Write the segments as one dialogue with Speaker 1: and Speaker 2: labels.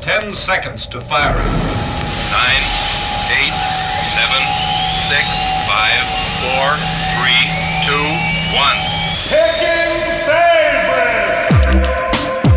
Speaker 1: Ten seconds to firing.
Speaker 2: Nine, eight, seven, six, five, four, three, two, one.
Speaker 3: Picking favorites.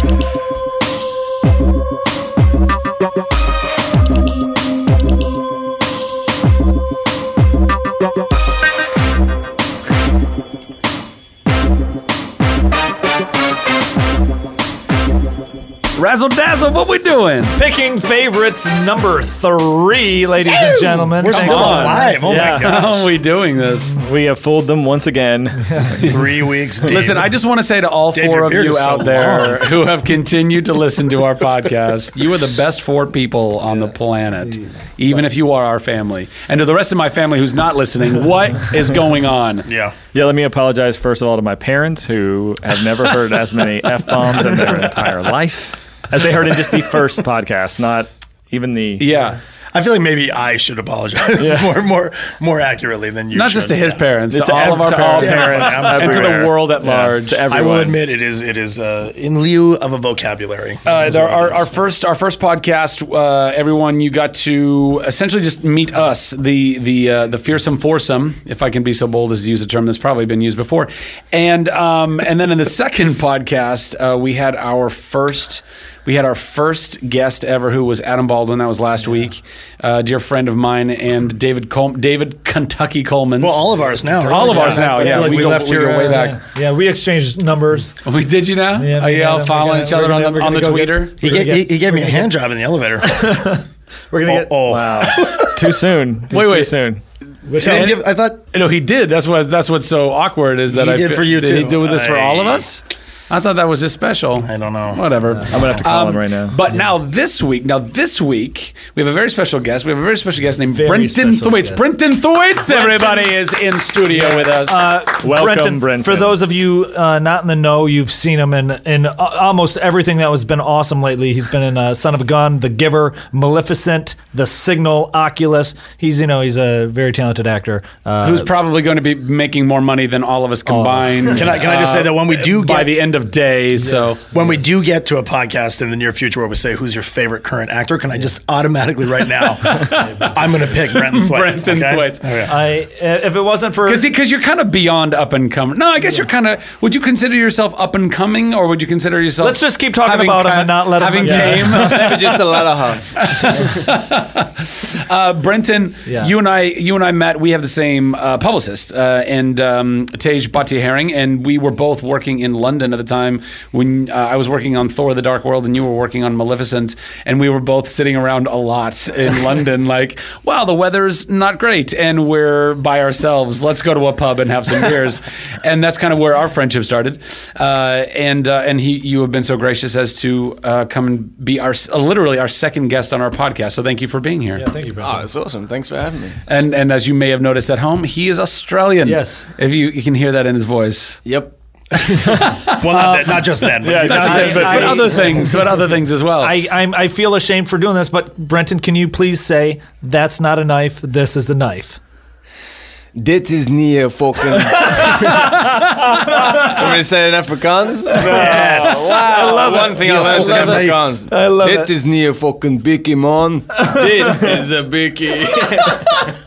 Speaker 4: Razzle dazzle, what we doing?
Speaker 5: Picking favorites number three, ladies and gentlemen.
Speaker 6: We're
Speaker 5: Thank
Speaker 6: still
Speaker 5: God.
Speaker 6: alive. Oh
Speaker 5: Yeah.
Speaker 6: my god.
Speaker 4: How are we doing this?
Speaker 5: We have fooled them once again.
Speaker 6: Three weeks deep.
Speaker 4: Listen, I just want to say to all
Speaker 6: Dave,
Speaker 4: four
Speaker 6: your
Speaker 4: of
Speaker 6: beard
Speaker 4: you
Speaker 6: is so
Speaker 4: out there who have continued to listen to our podcast, you are the best four people on the planet, even if you are our family. And to the rest of my family who's not listening, what is going on?
Speaker 6: Yeah.
Speaker 5: Yeah, let me apologize first of all to my parents who have never heard as many f bombs in their entire life as they heard in just the first podcast, not even the.
Speaker 4: Yeah.
Speaker 6: I feel like maybe I should apologize more, more, more accurately than you.
Speaker 4: Not
Speaker 6: should.
Speaker 4: just to his
Speaker 6: Yeah.
Speaker 4: parents, to,
Speaker 5: To
Speaker 4: all
Speaker 5: ev-
Speaker 4: of our
Speaker 5: to
Speaker 4: parents,
Speaker 5: parents
Speaker 6: Yeah.
Speaker 4: and to
Speaker 5: everywhere.
Speaker 4: the world at
Speaker 5: Yeah,
Speaker 4: large.
Speaker 5: to
Speaker 6: I
Speaker 5: everyone.
Speaker 6: will admit it is it is uh, in lieu of a vocabulary.
Speaker 4: Uh,
Speaker 6: Is
Speaker 4: our,
Speaker 6: what it
Speaker 4: our,
Speaker 6: is.
Speaker 4: our first our first podcast, uh, everyone, you got to essentially just meet us, the the uh, the fearsome foursome, if I can be so bold as to use a term that's probably been used before, and um, and then in the second podcast, uh, we had our first. We had our first guest ever, who was Adam Baldwin. That was last week, uh, dear friend of mine, and David Col- David Kentucky Coleman.
Speaker 6: well, all of ours now. right?
Speaker 4: all of ours now.
Speaker 6: I feel
Speaker 4: Yeah,
Speaker 6: like we,
Speaker 4: go,
Speaker 6: left
Speaker 4: we
Speaker 6: here
Speaker 4: go way
Speaker 6: uh,
Speaker 4: back.
Speaker 7: Yeah, we exchanged numbers.
Speaker 4: We did you now?
Speaker 7: Yeah,
Speaker 4: Are
Speaker 7: we
Speaker 4: you
Speaker 7: got
Speaker 4: all
Speaker 7: him. We
Speaker 4: following
Speaker 7: got
Speaker 4: each
Speaker 7: him.
Speaker 4: other
Speaker 7: We're
Speaker 4: on
Speaker 7: gonna-
Speaker 4: the
Speaker 7: we're
Speaker 4: on the
Speaker 7: gonna go
Speaker 4: tweeter?
Speaker 6: He, ga- he, he gave me a hand job in the elevator.
Speaker 7: We're gonna
Speaker 6: oh,
Speaker 7: get.
Speaker 6: oh.
Speaker 5: Too soon.
Speaker 4: Wait,
Speaker 5: Too
Speaker 4: wait.
Speaker 5: soon.
Speaker 6: He didn't give- I thought
Speaker 4: No, he did. That's what. That's what's so awkward is that
Speaker 6: He
Speaker 4: I
Speaker 6: did
Speaker 4: fe-
Speaker 6: for you,
Speaker 4: Did he
Speaker 6: too.
Speaker 4: do this for all of
Speaker 6: I-
Speaker 4: us? I thought that was just special.
Speaker 6: I don't know. Uh,
Speaker 4: Whatever.
Speaker 5: I'm going to have to call
Speaker 4: Um,
Speaker 5: him right now.
Speaker 4: But now this week, now this week, we have a very special guest. We have a very special guest named
Speaker 7: Very
Speaker 4: Brenton
Speaker 7: special
Speaker 4: Thwaites.
Speaker 7: guest.
Speaker 4: Brenton Thwaites, everybody is in studio with us.
Speaker 6: Uh,
Speaker 5: Welcome,
Speaker 7: uh, Brenton,
Speaker 5: Brenton.
Speaker 7: For those of you uh, not in the know, you've seen him in, in a- almost everything that was been awesome lately. He's been in uh, Son of a Gun, The Giver, Maleficent, The Signal, Oculus. He's you know he's a very talented actor. Uh,
Speaker 4: Who's probably going to be making more money than all of us combined? uh,
Speaker 6: Can I- can I just say that when we do
Speaker 4: by
Speaker 6: get-
Speaker 4: the end of day, so
Speaker 6: When we do get to a podcast in the near future where we say, who's your favorite current actor? Can I just automatically right now, I'm going to pick Brenton Thwaites.
Speaker 4: Brenton
Speaker 6: okay?
Speaker 4: Thwaites.
Speaker 6: Okay.
Speaker 7: I if it wasn't for
Speaker 4: Because because you're kind of beyond up and coming. No, I guess you're kind of. Would you consider yourself up and coming, or would you consider yourself?
Speaker 7: Let's just keep talking
Speaker 4: having
Speaker 7: about him
Speaker 4: ca-
Speaker 7: and not let him-
Speaker 4: having
Speaker 7: Yeah.
Speaker 4: came.
Speaker 8: just a lot of huff.
Speaker 4: Uh, Brenton,
Speaker 7: Yeah.
Speaker 4: you and I, you and I met. We have the same uh, publicist, uh, and um, Tej Bhatia Herring, and we were both working in London at the time when uh, I was working on Thor: The Dark World, and you were working on Maleficent, and we were both sitting around a lot in London, like, wow, the weather's not great, and we're by ourselves. Let's go to a pub and have some beers, and that's kind of where our friendship started. Uh, and uh, and he, you have been so gracious as to uh, come and be our literally our second guest on our podcast. So thank you for being here.
Speaker 7: yeah, thank you, Brenton.
Speaker 8: Oh, it's awesome. Thanks for having me.
Speaker 4: And and as you may have noticed at home, he is Australian.
Speaker 7: Yes.
Speaker 4: If you, you can hear that in his voice.
Speaker 8: Yep.
Speaker 6: Well, not, that, not just then. But
Speaker 5: Yeah,
Speaker 6: you-
Speaker 5: not-
Speaker 4: But- but,
Speaker 7: I-
Speaker 4: other things, but other things as well.
Speaker 7: I, I'm, I feel ashamed for doing this, but Brenton, can you please say that's not a knife? This is a knife.
Speaker 8: Dit is niet een fucking. I'm gonna say it in Afrikaans.
Speaker 6: yes.
Speaker 8: I love One thing I learned in
Speaker 6: love it.
Speaker 8: Afrikaans. I love Dit is niet een fucking bikkie, man. Dit is a bikkie.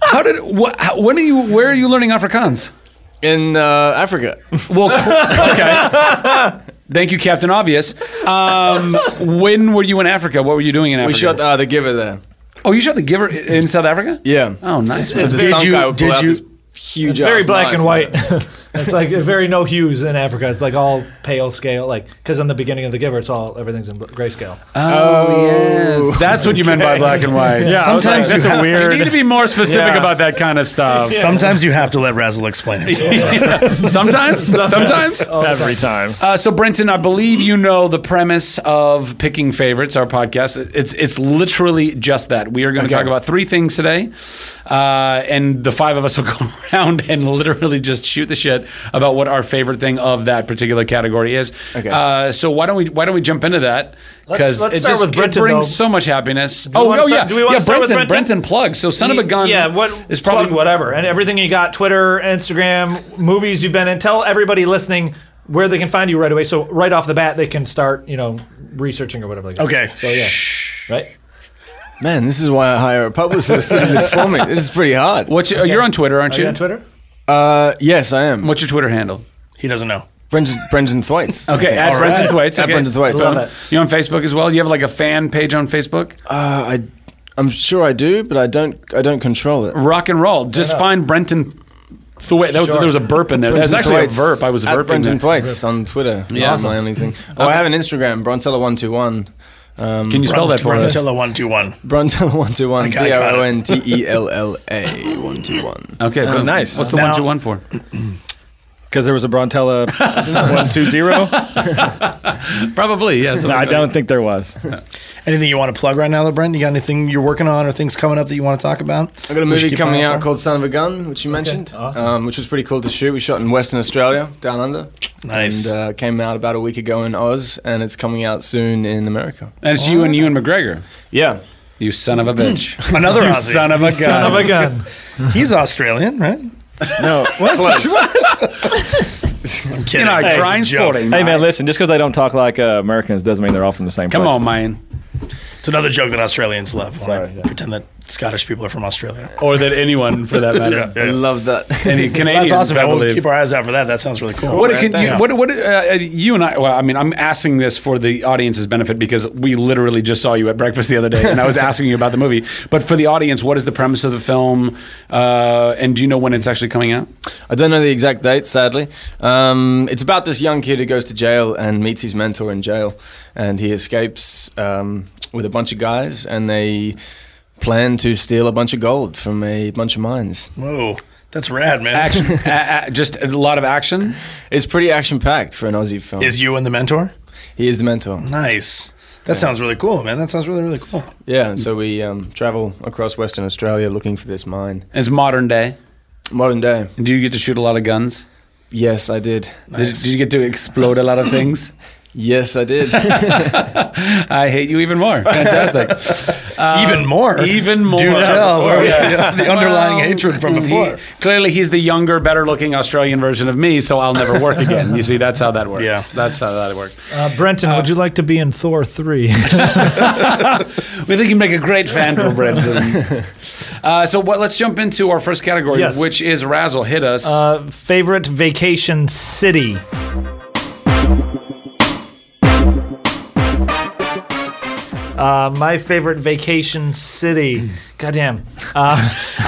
Speaker 4: How did wh- how, when are you where are you learning Afrikaans?
Speaker 8: In uh, Africa.
Speaker 4: Well, cl- okay. Thank you, Captain Obvious. Um, when were you in Africa? What were you doing in
Speaker 8: We
Speaker 4: Africa?
Speaker 8: shot uh, The Giver there.
Speaker 4: oh, you shot the Giver i- in South Africa?
Speaker 8: Yeah.
Speaker 4: Oh, nice. man.
Speaker 8: So this
Speaker 6: Did
Speaker 8: stunt
Speaker 6: you-
Speaker 8: guy would pull
Speaker 6: did
Speaker 8: out
Speaker 6: you-
Speaker 8: this huge
Speaker 7: Very
Speaker 8: ass
Speaker 7: black and
Speaker 8: knife, man.
Speaker 7: white. it's like very no hues in Africa. It's like all pale scale, like because in the beginning of the Giver, it's all everything's in grayscale.
Speaker 4: Uh, Oh, yes. That's what you meant by black and white.
Speaker 5: yeah, I was
Speaker 6: Sometimes
Speaker 5: like,
Speaker 6: you
Speaker 5: that's
Speaker 6: have-
Speaker 5: a
Speaker 4: You need to
Speaker 5: weird.
Speaker 4: be more specific
Speaker 5: Yeah.
Speaker 4: about that kind of stuff.
Speaker 6: Sometimes you have to let Razzle explain himself.
Speaker 4: Sometimes, sometimes.
Speaker 5: Every time.
Speaker 4: Uh, so, Brenton, I believe you know the premise of picking favorites. Our podcast, it's it's literally just that. We are going to talk about three things today, uh, and the five of us will go around and literally just shoot the shit about what our favorite thing of that particular category is.
Speaker 8: Okay.
Speaker 4: Uh, so why don't we why don't we jump into that?
Speaker 7: Let's- let's
Speaker 4: it
Speaker 7: start
Speaker 4: just
Speaker 7: with
Speaker 4: it
Speaker 7: Brenton,
Speaker 4: brings
Speaker 7: though.
Speaker 4: so much happiness.
Speaker 7: we
Speaker 4: Oh,
Speaker 7: wanna
Speaker 4: oh
Speaker 7: start-
Speaker 4: yeah,
Speaker 7: do we wanna
Speaker 4: yeah.
Speaker 7: start with
Speaker 4: Brenton,
Speaker 7: Brenton?
Speaker 4: Brenton plugs. So, son of a gun.
Speaker 7: Yeah, what
Speaker 4: is probably
Speaker 7: plug whatever and everything you got, Twitter, Instagram, movies you've been in. Tell everybody listening where they can find you right away. So right off the bat, they can start you know researching or whatever. They got.
Speaker 6: Okay.
Speaker 7: So yeah, right?
Speaker 8: Man, this is why I hire a publicist to do this for me. This is pretty hard.
Speaker 4: What's your, you're on Twitter, aren't
Speaker 7: Are
Speaker 4: you?
Speaker 7: you on Twitter?
Speaker 8: Uh, yes, I am.
Speaker 4: What's your Twitter handle?
Speaker 6: He doesn't know.
Speaker 8: Brendan, Brendan Thwaites. I
Speaker 4: Okay,
Speaker 8: think.
Speaker 4: at
Speaker 6: All
Speaker 4: Brenton
Speaker 6: right.
Speaker 4: Thwaites.
Speaker 8: At
Speaker 4: okay.
Speaker 8: Brendan Thwaites. Love
Speaker 4: You on Facebook as well? Do you have like a fan page on Facebook?
Speaker 8: Uh, I, I'm sure I do, but I don't. I don't control it.
Speaker 4: Rock and roll. Just find Brenton Thwaites. That was, There was a burp in there. That was
Speaker 8: Brendan
Speaker 4: actually
Speaker 8: Thwaites.
Speaker 4: a verb. I was
Speaker 8: at
Speaker 4: burping.
Speaker 8: Brendan
Speaker 4: there.
Speaker 8: Thwaites on Twitter. Yeah,
Speaker 4: Awesome.
Speaker 8: my only thing. Oh, I have an Instagram, Brontella121. Um,
Speaker 4: Can you spell that for us?
Speaker 6: Brontella one two one.
Speaker 8: Brontella121.
Speaker 6: Okay, I
Speaker 8: B
Speaker 6: got it.
Speaker 8: R O N T E L L A 121.
Speaker 4: Okay, boom.
Speaker 5: nice.
Speaker 4: What's the
Speaker 6: Now-
Speaker 4: one two one for?
Speaker 5: Because there was a Brontella 120?
Speaker 4: Probably yes.
Speaker 5: no, I don't think there was.
Speaker 6: Anything you want to plug right now, though, Brent? You got anything you're working on or things coming up that you want to talk about?
Speaker 8: I got a
Speaker 6: We should
Speaker 8: movie
Speaker 6: keep
Speaker 8: coming
Speaker 6: an eye
Speaker 8: out
Speaker 6: for?
Speaker 8: called Son of a Gun, which you mentioned,
Speaker 7: awesome.
Speaker 8: um, which was pretty cool to shoot. We shot in Western Australia, down under.
Speaker 6: Nice.
Speaker 8: And uh, came out about a week ago in Oz, and it's coming out soon in America.
Speaker 4: And it's you and you and McGregor.
Speaker 8: Yeah.
Speaker 4: You son of a bitch.
Speaker 6: Another
Speaker 4: you
Speaker 6: Aussie.
Speaker 4: son of a gun.
Speaker 7: Son of a gun.
Speaker 6: He's Australian, right?
Speaker 8: No, close.
Speaker 6: I'm kidding.
Speaker 4: You know,
Speaker 6: It's a
Speaker 4: trying
Speaker 6: joke.
Speaker 4: sporting.
Speaker 5: Hey, man, listen, just because they don't talk like uh, Americans doesn't mean they're all from the same
Speaker 4: Come
Speaker 5: place.
Speaker 4: on, man.
Speaker 6: It's another joke that Australians love when I
Speaker 8: Sorry, yeah.
Speaker 6: pretend that Scottish people are from Australia.
Speaker 4: Or that anyone for that matter.
Speaker 8: I love that.
Speaker 4: Any Canadians,
Speaker 6: That's awesome.
Speaker 4: I
Speaker 6: man. We'll
Speaker 4: believe.
Speaker 6: keep our eyes out for that. That sounds really cool.
Speaker 4: What
Speaker 8: Right,
Speaker 4: can you,
Speaker 8: thanks.
Speaker 4: what what uh, you and I? Well, I mean, I'm asking this for the audience's benefit because we literally just saw you at breakfast the other day, and I was asking you about the movie. But for the audience, what is the premise of the film? Uh, and do you know when it's actually coming out?
Speaker 8: I don't know the exact date, sadly. Um, it's about this young kid who goes to jail and meets his mentor in jail, and he escapes um, with a bunch of guys, and they plan to steal a bunch of gold from a bunch of mines.
Speaker 6: Whoa, that's rad, man.
Speaker 4: Action, a, a- just a lot of action.
Speaker 8: It's pretty action packed for an Aussie film.
Speaker 6: Is you and the mentor?
Speaker 8: he is the mentor.
Speaker 6: Nice. That sounds really cool, man. That sounds really really cool.
Speaker 8: Yeah, so we um, travel across Western Australia looking for this mine.
Speaker 4: It's modern day.
Speaker 8: Modern day.
Speaker 4: Do you get to shoot a lot of guns?
Speaker 8: Yes, I did.
Speaker 4: Did, did you get to explode a lot of things?
Speaker 8: Yes, I did.
Speaker 4: I hate you even more. Fantastic.
Speaker 6: Um, even more.
Speaker 4: Even more.
Speaker 6: Do tell.
Speaker 4: Before,
Speaker 6: Where we-
Speaker 4: yeah.
Speaker 6: the underlying
Speaker 4: Well,
Speaker 6: hatred from
Speaker 4: he-
Speaker 6: before.
Speaker 4: clearly, he's the younger, better-looking Australian version of me, so I'll never work again. You see, that's how that works.
Speaker 6: Yeah.
Speaker 4: that's how that works.
Speaker 7: Uh, Brenton, would you like to be in Thor 3?
Speaker 4: We think you make a great fan for Brenton. uh, so, what, let's jump into our first category,
Speaker 7: Yes.
Speaker 4: which is Razzle. Hit us.
Speaker 7: uh, favorite vacation city? Uh, my favorite vacation city. Goddamn. Uh,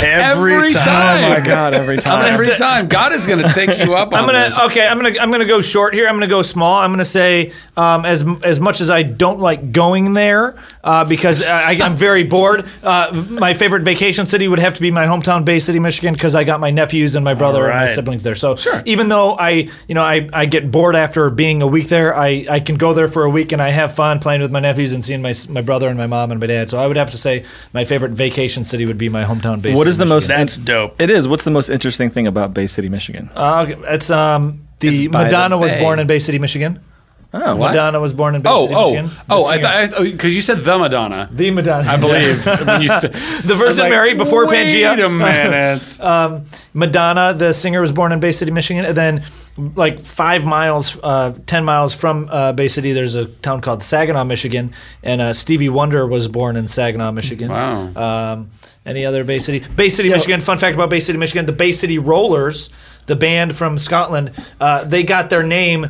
Speaker 6: every,
Speaker 4: time.
Speaker 5: Oh, my God, every time.
Speaker 4: Every time, God is going to take you up. On
Speaker 7: I'm gonna uh,
Speaker 4: this.
Speaker 7: okay. I'm gonna I'm gonna go short here. I'm gonna go small. I'm gonna say um, as as much as I don't like going there uh, because I, I'm very bored. Uh, my favorite vacation city would have to be my hometown, Bay City, Michigan, because I got my nephews and my brother and my
Speaker 6: right.
Speaker 7: siblings there. So even though I you know I, I get bored after being a week there, I, I can go there for a week and I have fun playing with my nephews and seeing my s- my brother and my mom and my dad. So I would have to say my favorite vacation city would be my hometown, Bay City.
Speaker 5: What is the
Speaker 7: Michigan.
Speaker 5: most.
Speaker 6: That's dope.
Speaker 5: It is. What's the most interesting thing about Bay City, Michigan?
Speaker 7: Uh, okay, it's um the
Speaker 4: It's by the
Speaker 7: Madonna was
Speaker 4: bay.
Speaker 7: born in Bay City, Michigan.
Speaker 5: Oh,
Speaker 4: what?
Speaker 7: Madonna was born in Bay
Speaker 4: Oh,
Speaker 7: City, Michigan.
Speaker 4: oh, oh!
Speaker 7: The
Speaker 4: I
Speaker 7: singer.
Speaker 4: because you said the Madonna,
Speaker 7: the Madonna.
Speaker 4: I believe. when you said,
Speaker 7: the Virgin Mary before
Speaker 4: Wait a
Speaker 7: Pangea.
Speaker 4: minute.
Speaker 7: Um, Madonna, the singer, was born in Bay City, Michigan, and then like five miles, uh, ten miles from uh, Bay City, there's a town called Saginaw, Michigan, and uh, Stevie Wonder was born in Saginaw, Michigan.
Speaker 4: Wow.
Speaker 7: Um, any other Bay City? Bay City, Michigan. Fun fact about Bay City, Michigan: the Bay City Rollers, the band from Scotland, uh, they got their name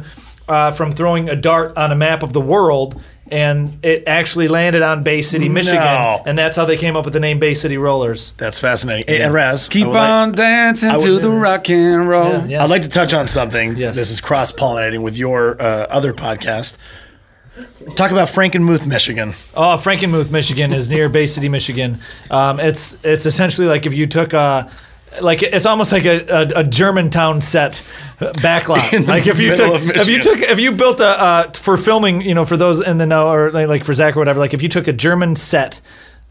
Speaker 7: uh, from throwing a dart on a map of the world, and it actually landed on Bay City, Michigan,
Speaker 6: No.
Speaker 7: and that's how they came up with the name Bay City Rollers.
Speaker 6: That's fascinating. Hey, and Raz, I
Speaker 4: Keep
Speaker 6: would like-
Speaker 4: on dancing
Speaker 6: would
Speaker 4: to the
Speaker 6: never-
Speaker 4: rock and roll.
Speaker 7: Yeah, yeah.
Speaker 6: I'd like to touch on something.
Speaker 7: Yes.
Speaker 6: This is cross pollinating with your uh, other podcast. Talk about Frankenmuth, Michigan.
Speaker 7: Oh, Frankenmuth, Michigan is near Bay City, Michigan. Um, it's it's essentially like if you took a. Like it's almost like a, a, a Germantown set backlot. Like if you
Speaker 6: middle
Speaker 7: took
Speaker 6: of
Speaker 7: if you
Speaker 6: Michigan.
Speaker 7: took if you built a uh, for filming, you know, for those in the know or like, like for Zach or whatever. Like if you took a German set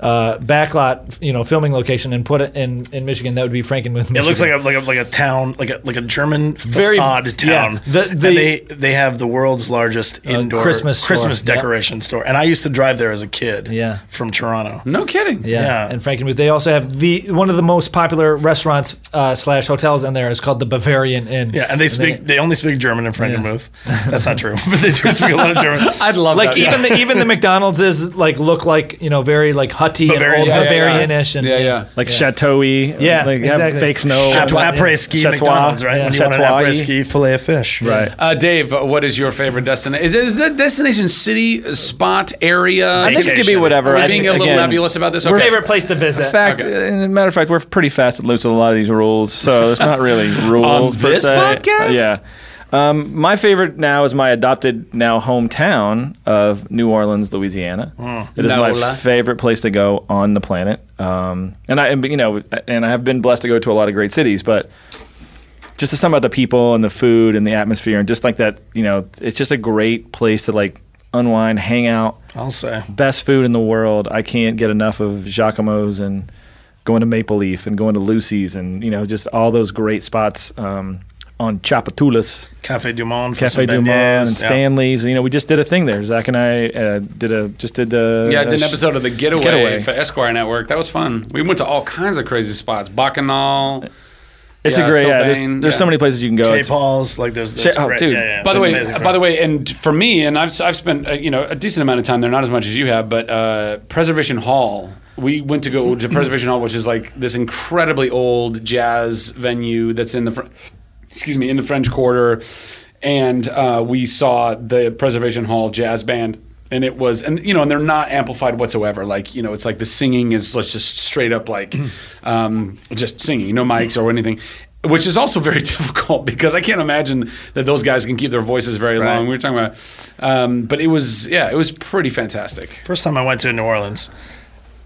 Speaker 7: uh, backlot, you know, filming location and put it in, in Michigan, that would be Frankenmuth. Michigan.
Speaker 6: It looks like a like a like a town like a like a German
Speaker 7: Very-
Speaker 6: facade town.
Speaker 7: yeah. The-
Speaker 6: And
Speaker 7: the-
Speaker 6: they they have the world's largest indoor
Speaker 7: Christmas store. Yep.
Speaker 6: decoration store. And I used to drive there as a kid.
Speaker 7: Yeah.
Speaker 6: from Toronto.
Speaker 4: No kidding.
Speaker 7: Yeah,
Speaker 6: Yeah.
Speaker 7: and Frankenmuth. They also have the one of the most popular restaurants uh, slash hotels in there is called the Bavarian Inn.
Speaker 6: Yeah, and they speak. They, only speak German in Frankenmuth. That's not true, but they do speak a lot of German.
Speaker 4: I'd love
Speaker 7: like
Speaker 4: that. Yeah.
Speaker 7: even the even the McDonald's is like look like you know very like hutty
Speaker 6: Bavarian,
Speaker 7: and
Speaker 6: yeah,
Speaker 7: old
Speaker 6: yeah.
Speaker 7: Bavarian-ish and
Speaker 4: Yeah, yeah.
Speaker 5: like chateau-y.
Speaker 7: Yeah,
Speaker 5: like,
Speaker 7: exactly.
Speaker 5: Fake snow.
Speaker 6: Chateau,
Speaker 7: yeah.
Speaker 6: après ski
Speaker 5: Chateau,
Speaker 6: McDonald's, right?
Speaker 5: yeah.
Speaker 6: When you want an
Speaker 5: Chateau-y.
Speaker 6: après ski fillet of fish,
Speaker 5: Right.
Speaker 4: Uh, Dave, uh, what is your favorite destination? Is, is the destination city, uh, spot, area?
Speaker 5: I think it could be
Speaker 6: Vacation.
Speaker 5: whatever.
Speaker 4: Are we
Speaker 5: I
Speaker 4: being
Speaker 5: think,
Speaker 4: a little
Speaker 5: again,
Speaker 4: nebulous about this?
Speaker 7: Your favorite place to visit.
Speaker 5: Fact,
Speaker 4: Okay.
Speaker 5: and as a matter of fact, we're pretty fast at loose with a lot of these rules, so there's not really rules per
Speaker 4: this
Speaker 5: se.
Speaker 4: podcast?
Speaker 5: Yeah. Um, my favorite now is my adopted now hometown of New Orleans, Louisiana. It is
Speaker 4: Hmm. Nola.
Speaker 5: my favorite place to go on the planet. Um, and I, and, you know, and I have been blessed to go to a lot of great cities, but just to something about the people and the food and the atmosphere and just like that, you know, it's just a great place to like unwind, hang out
Speaker 6: I'll say.
Speaker 5: best food in the world. I can't get enough of Giacomo's and going to Maple Leaf and going to Lucy's and you know just all those great spots um, on Chapatulas,
Speaker 6: Cafe Du Monde, for
Speaker 5: Cafe
Speaker 6: some
Speaker 5: Du Monde, and
Speaker 6: beignets, yeah.
Speaker 5: Stanley's. You know we just did a thing there. Zach and I uh, did a just did the
Speaker 4: Yeah, I did an
Speaker 5: a sh-
Speaker 4: episode of the getaway,
Speaker 5: Getaway.
Speaker 4: for Esquire Network. That was fun. We went to all kinds of crazy spots. Bacchanal.
Speaker 5: It's
Speaker 4: yeah,
Speaker 5: a great yeah.
Speaker 4: Sylvain,
Speaker 5: There's, there's so
Speaker 4: yeah.
Speaker 5: many places you can go.
Speaker 6: Hey,
Speaker 5: Oh, It's-
Speaker 6: Paul's like there's, there's
Speaker 5: Shit, oh,
Speaker 6: great-
Speaker 5: dude.
Speaker 6: yeah, yeah,
Speaker 4: By the
Speaker 6: there's
Speaker 4: way,
Speaker 5: uh,
Speaker 6: amazing
Speaker 4: by the way, and for me, and I've, I've spent uh, you know a decent amount of time there, not as much as you have, but uh, Preservation Hall. We went to go to Preservation Hall, which is like this incredibly old jazz venue that's in the fr- excuse me in the French Quarter, and uh, we saw the Preservation Hall jazz band. And it was, and you know, and they're not amplified whatsoever. Like, you know, it's like the singing is like, just straight up like, um, just singing, no mics or anything which is also very difficult because I can't imagine that those guys can keep their voices very long. We were talking about, um, but it was yeah, it was pretty fantastic.
Speaker 6: First time I went to New Orleans,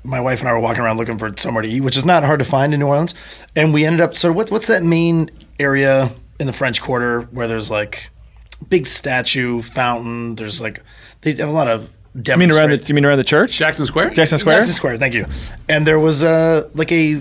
Speaker 6: my wife and I were walking around looking for somewhere to eat, which is not hard to find in New Orleans. And we ended up so what, what's that main area in the French Quarter where there's like big statue, fountain. There's like they have a lot of.
Speaker 5: you mean around the you mean around the church?
Speaker 4: Jackson Square.
Speaker 5: Jackson Square.
Speaker 6: Jackson Square, thank you. And there was a like a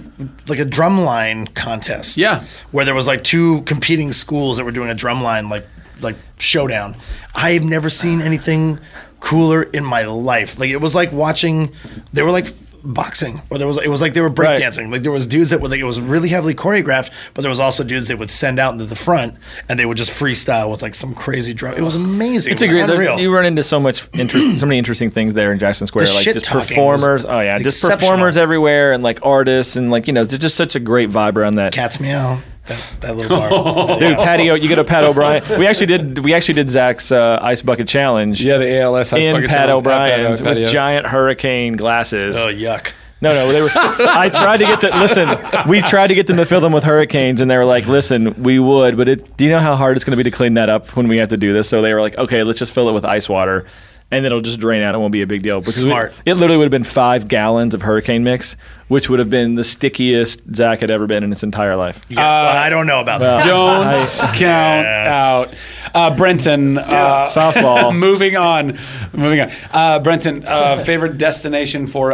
Speaker 6: like a drumline contest.
Speaker 4: Yeah.
Speaker 6: Where there was like two competing schools that were doing a drumline like like showdown. I have never seen anything cooler in my life. Like it was like watching they were like boxing or there was it was like they were
Speaker 5: Right.
Speaker 6: breakdancing. Like there was dudes that were like it was really heavily choreographed, but there was also dudes that would send out into the front and they would just freestyle with like some crazy drum. It was amazing.
Speaker 5: It's
Speaker 6: it
Speaker 5: a
Speaker 6: was
Speaker 5: great.
Speaker 6: unreal.
Speaker 5: there's- You run into so much, inter- so many interesting things there in Jackson Square,
Speaker 6: The
Speaker 5: like
Speaker 6: shit
Speaker 5: just
Speaker 6: talking was
Speaker 5: performers. Oh yeah, just
Speaker 6: exceptional.
Speaker 5: performers everywhere, and like artists, and like you know, there's just such a great vibe around that.
Speaker 6: Cats meow. That, that little bar.
Speaker 5: Dude, patio. You go to Pat O'Brien. We actually did. We actually did Zach's uh, ice bucket challenge.
Speaker 4: Yeah, the ALS ice
Speaker 5: in
Speaker 4: bucket
Speaker 5: Pat
Speaker 4: challenge at
Speaker 5: O'Brien's
Speaker 4: Pat-
Speaker 5: with
Speaker 4: Patio's.
Speaker 5: giant hurricane glasses.
Speaker 6: oh yuck.
Speaker 5: No, no, they were. I tried to get the listen. We tried to get them to fill them with hurricanes, and they were like, "Listen, we would, but it, do you know how hard it's going to be to clean that up when we have to do this?" So they were like, "Okay, let's just fill it with ice water." And it'll just drain out. It won't be a big deal. Because we-
Speaker 6: Smart.
Speaker 5: it literally would have been five gallons of hurricane mix, which would have been the stickiest Zach had ever been in its entire life.
Speaker 6: Yeah,
Speaker 7: Uh,
Speaker 6: well, I don't know about that.
Speaker 4: Don't count out uh, Brenton. Uh,
Speaker 5: Softball.
Speaker 4: moving on, moving on. Uh, Brenton, uh, favorite destination for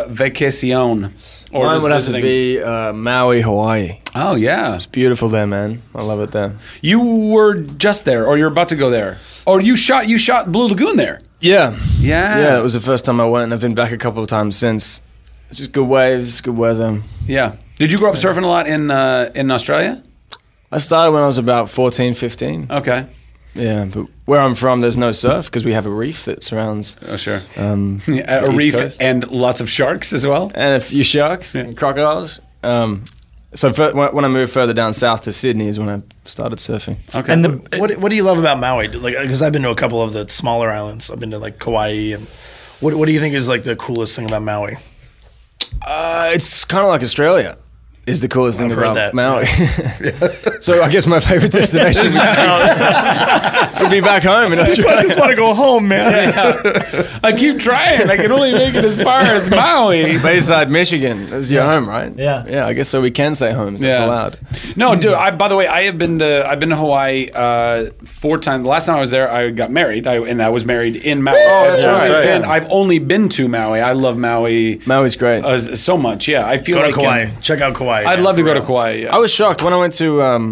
Speaker 4: vacation or
Speaker 8: Mine
Speaker 4: just
Speaker 8: would have to
Speaker 4: visiting?
Speaker 8: be uh, Maui, Hawaii.
Speaker 4: Oh yeah,
Speaker 8: Beautiful there, man. I love it there.
Speaker 4: you were just there, or you're about to go there, or you shot you shot Blue Lagoon there.
Speaker 8: Yeah.
Speaker 4: Yeah.
Speaker 8: Yeah, it was the first time I went, and I've been back a couple of times since. It's just good waves, good weather.
Speaker 4: Yeah. Did you grow up surfing a lot in uh, in Australia?
Speaker 8: I started when I was about 14, 15.
Speaker 4: Okay.
Speaker 8: Yeah, but where I'm from, there's no surf because we have a reef that surrounds
Speaker 4: Oh sure.
Speaker 8: um,
Speaker 4: Yeah, a
Speaker 8: the East
Speaker 4: reef
Speaker 8: Coast.
Speaker 4: and lots of sharks as well.
Speaker 8: and a few sharks and crocodiles. Um, so fir- when when I moved further down south to Sydney is when I started surfing.
Speaker 4: Okay.
Speaker 5: And the,
Speaker 6: What What do you love about Maui? Like, because I've been to a couple of the smaller islands. I've been to like Kauai, and what What do you think is like the coolest thing about Maui?
Speaker 8: Uh, it's kind of like Australia. is the coolest thing
Speaker 6: I've heard
Speaker 8: about
Speaker 6: that.
Speaker 8: Maui. so I guess my favorite destination is Maui. would be back home in
Speaker 6: I
Speaker 8: Australia.
Speaker 6: just want to go home, man.
Speaker 4: I keep trying. I can only make it as far as Maui.
Speaker 8: Bayside, Michigan is your home, right?
Speaker 7: Yeah.
Speaker 8: Yeah, I guess so. We can say homes. That's
Speaker 4: Yeah.
Speaker 8: allowed.
Speaker 4: No, dude. I by the way, I have been to I've been to Hawaii uh, four times. The last time I was there, I got married, I, and I was married in Maui. Oh,
Speaker 8: that's right,
Speaker 4: I've,
Speaker 8: right,
Speaker 4: been,
Speaker 8: yeah.
Speaker 4: I've only been to Maui. I love Maui
Speaker 8: Maui's great.
Speaker 4: uh, so much. Yeah, I feel
Speaker 6: Go to
Speaker 4: like um,
Speaker 6: Kauai. Check out Kauai.
Speaker 4: I'd
Speaker 6: man,
Speaker 4: love to
Speaker 6: for
Speaker 4: go to
Speaker 6: real.
Speaker 4: Kauai. Yeah.
Speaker 8: I was shocked when I went to um,